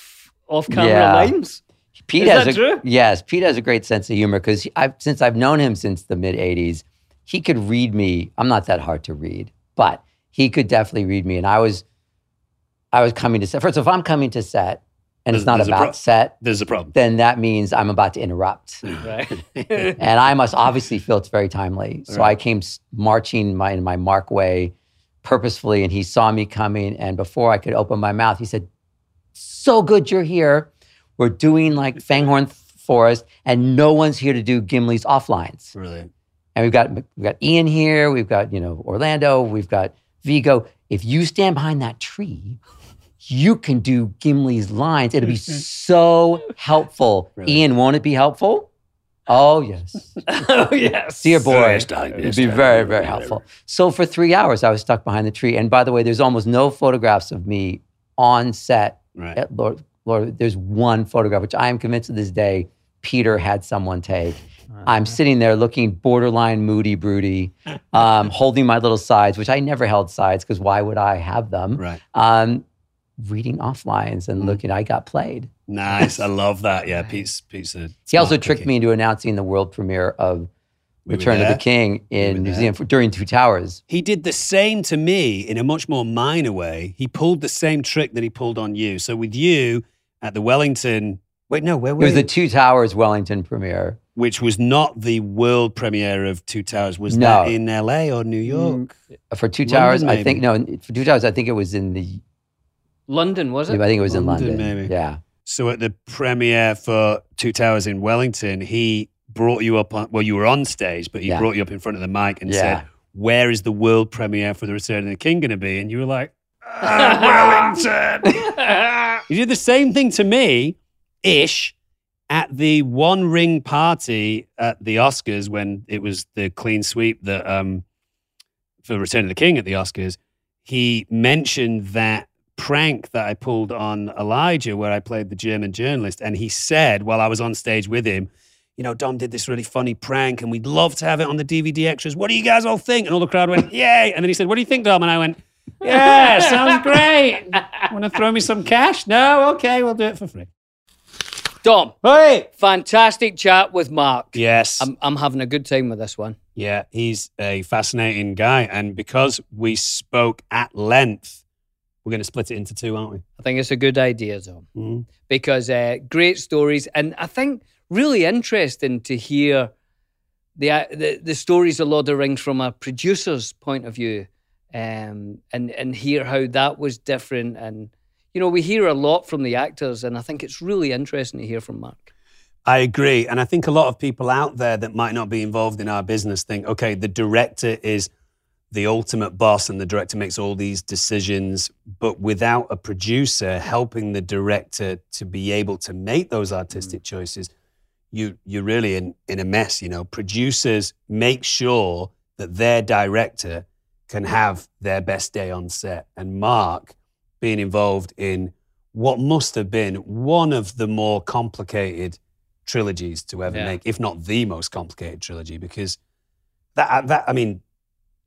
Speaker 2: off camera
Speaker 7: Yeah.
Speaker 2: lines.
Speaker 7: Pete
Speaker 2: Is
Speaker 7: has
Speaker 2: that
Speaker 7: a,
Speaker 2: true?
Speaker 7: Yes, Pete has a great sense of humor because I've since I've known him since the mid '80s, he could read me. I'm not that hard to read, but he could definitely read me. And I was, I was coming to set. First, if I'm coming to set and it's
Speaker 3: There's-
Speaker 7: not
Speaker 3: there's a
Speaker 7: about
Speaker 3: pro-
Speaker 7: set,
Speaker 3: there's a problem.
Speaker 7: then that means I'm about to interrupt,
Speaker 2: Right.
Speaker 7: and I must obviously feel it's very timely. So I came s- marching my, in my Mark way purposefully, and he saw me coming. And before I could open my mouth, he said, so good you're here. We're doing like Fanghorn Forest, and no one's here to do Gimli's offlines.
Speaker 3: Brilliant.
Speaker 7: And we've got we've got Ian here, we've got you know Orlando, we've got Vigo. If you stand behind that tree, you can do Gimli's lines. It'll be so helpful.
Speaker 3: Brilliant.
Speaker 7: Ian, won't it be helpful? Oh yes,
Speaker 2: oh yes.
Speaker 7: dear boy.
Speaker 3: Yes, darling,
Speaker 7: It'd
Speaker 3: yes,
Speaker 7: be
Speaker 3: darling,
Speaker 7: very,
Speaker 3: yes,
Speaker 7: very
Speaker 3: darling.
Speaker 7: helpful. So for three hours, I was stuck behind the tree. And by the way, there's almost no photographs of me on set
Speaker 3: Right.
Speaker 7: at Lord, Lord, there's one photograph, which I am convinced to this day, Peter had someone take.
Speaker 3: Uh-huh.
Speaker 7: I'm sitting there looking borderline moody, broody, um, holding my little sides, which I never held sides because why would I have them?
Speaker 3: Right. Mm.
Speaker 7: Um, reading off lines and looking, I got played.
Speaker 3: Nice. I love that. Yeah. Pete's Pete's a
Speaker 7: He also
Speaker 3: smart
Speaker 7: tricked
Speaker 3: cookie.
Speaker 7: me into announcing the world premiere of
Speaker 3: We were
Speaker 7: Return of
Speaker 3: there.
Speaker 7: the King
Speaker 3: were
Speaker 7: in New
Speaker 3: there.
Speaker 7: Zealand for, during Two Towers.
Speaker 3: He did the same to me in a much more minor way. He pulled the same trick that he pulled on you. So with you at the Wellington, wait, no, where
Speaker 7: It
Speaker 3: were
Speaker 7: was
Speaker 3: you?
Speaker 7: the Two Towers Wellington premiere.
Speaker 3: Which was not the world premiere of Two Towers. Was
Speaker 7: No.
Speaker 3: that in L.A. or New York?
Speaker 7: uh, For Two
Speaker 3: London,
Speaker 7: Towers, I
Speaker 3: maybe.
Speaker 7: think, no, for Two Towers, I think it was in the,
Speaker 2: London was
Speaker 7: I
Speaker 2: it?
Speaker 7: think it was in
Speaker 3: London,
Speaker 7: London.
Speaker 3: maybe.
Speaker 7: Yeah.
Speaker 3: So at the premiere for Two Towers in Wellington, he brought you up on, well, you were on stage, but he
Speaker 7: Yeah.
Speaker 3: brought you up in front of the mic and
Speaker 7: Yeah.
Speaker 3: said, Where is the world premiere for The Return of the King going to be? And you were like, "Ah, Wellington. you did the same thing to me ish at the one ring party at the Oscars when it was the clean sweep that um, for Return of the King at the Oscars, he mentioned that prank that I pulled on Elijah where I played the German journalist. And he said, while I was on stage with him, you know, Dom did this really funny prank and we'd love to have it on the DVD extras. What do you guys all think? And all the crowd went, Yay. And then he said, What do you think, Dom? And I went, Yeah, sounds great. Want to throw me some cash? No, okay, we'll do it for free.
Speaker 2: Dom.
Speaker 3: Hey.
Speaker 2: Fantastic chat with Mark.
Speaker 3: Yes.
Speaker 2: I'm I'm having a good time with this one.
Speaker 3: Yeah, he's a fascinating guy. And because we spoke at length, we're going to split it into two, aren't we?
Speaker 2: I think it's a good idea, Dom,
Speaker 3: Mhm.
Speaker 2: because uh, great stories, and I think really interesting to hear the uh, the, the stories of Lord of the Rings from a producer's point of view, um, and and hear how that was different. And you know, we hear a lot from the actors, and I think it's really interesting to hear from Mark.
Speaker 3: I agree. And I think a lot of people out there that might not be involved in our business think, okay, the director is the ultimate boss and the director makes all these decisions. But without a producer helping the director to be able to make those artistic choices, you, you're really in, in a mess. You know, producers make sure that their director can have their best day on set. And Mark being involved in what must have been one of the more complicated trilogies to ever
Speaker 2: Yeah.
Speaker 3: make, if not the most complicated trilogy, because that that I mean,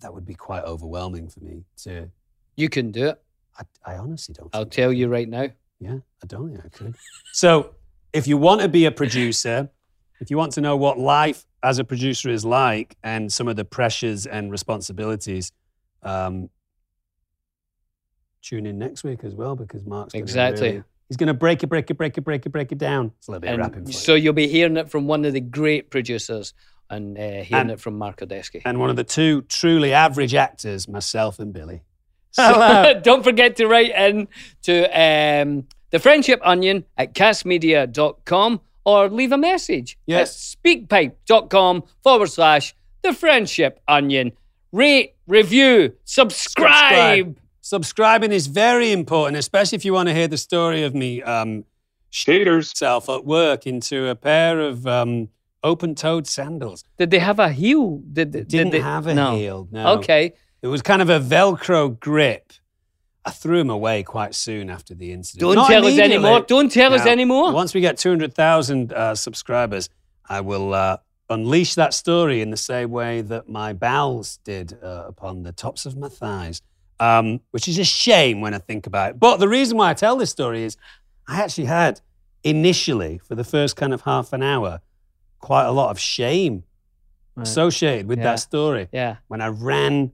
Speaker 3: that would be quite overwhelming for me to.
Speaker 2: You can do it.
Speaker 3: I, I honestly don't.
Speaker 2: I'll
Speaker 3: think I
Speaker 2: tell you right now.
Speaker 3: yeah, I don't think I could. So, if you want to be a producer, if you want to know what life as a producer is like and some of the pressures and responsibilities, um, tune in next week as well because Mark's gonna
Speaker 2: Exactly.
Speaker 3: really- he's going to break it, break it, break it, break it, break it down. It's a little bit of
Speaker 2: And
Speaker 3: rapping for you.
Speaker 2: so you'll be hearing it from one of the great producers and uh, hearing
Speaker 3: And-
Speaker 2: it from Mark Odesky.
Speaker 3: And one of the two truly average actors, myself and Billy. uh,
Speaker 2: So, don't forget to write in to um, the friendship onion at castmedia.com or leave a message
Speaker 3: Yes.
Speaker 2: at speakpipe.com forward slash the friendship onion. Rate, review, subscribe.
Speaker 3: Subscribing is very important, especially if you want to hear the story of me um,
Speaker 5: Cheaters.
Speaker 3: self at work into a pair of um, open-toed sandals.
Speaker 2: Did they have a heel? Did, did
Speaker 3: Didn't
Speaker 2: they
Speaker 3: have a
Speaker 2: no.
Speaker 3: heel. No.
Speaker 2: Okay.
Speaker 3: It was kind of a Velcro grip. I threw him away quite soon after the incident.
Speaker 2: Don't
Speaker 3: Not
Speaker 2: tell us
Speaker 3: immediately.
Speaker 2: anymore. Don't tell us
Speaker 3: Now,
Speaker 2: anymore.
Speaker 3: Once we get 200,000 uh, subscribers, I will uh, unleash that story in the same way that my bowels did uh, upon the tops of my thighs, um, which is a shame when I think about it. But the reason why I tell this story is I actually had initially, for the first kind of half an hour, quite a lot of shame associated with
Speaker 2: Yeah.
Speaker 3: that story.
Speaker 2: Yeah.
Speaker 3: When I ran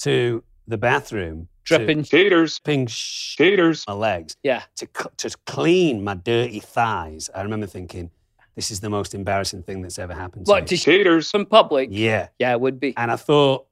Speaker 3: to the bathroom, to-
Speaker 2: Dripping.
Speaker 5: Cheaters.
Speaker 3: ping sh-
Speaker 5: Cheaters.
Speaker 3: my legs
Speaker 2: Yeah.
Speaker 3: to c- to clean my dirty thighs. I remember thinking, this is the most embarrassing thing that's ever happened to
Speaker 2: What,
Speaker 3: me.
Speaker 2: to sh-
Speaker 5: Cheaters.
Speaker 2: in public?
Speaker 3: yeah,
Speaker 2: Yeah, it would be.
Speaker 3: and I thought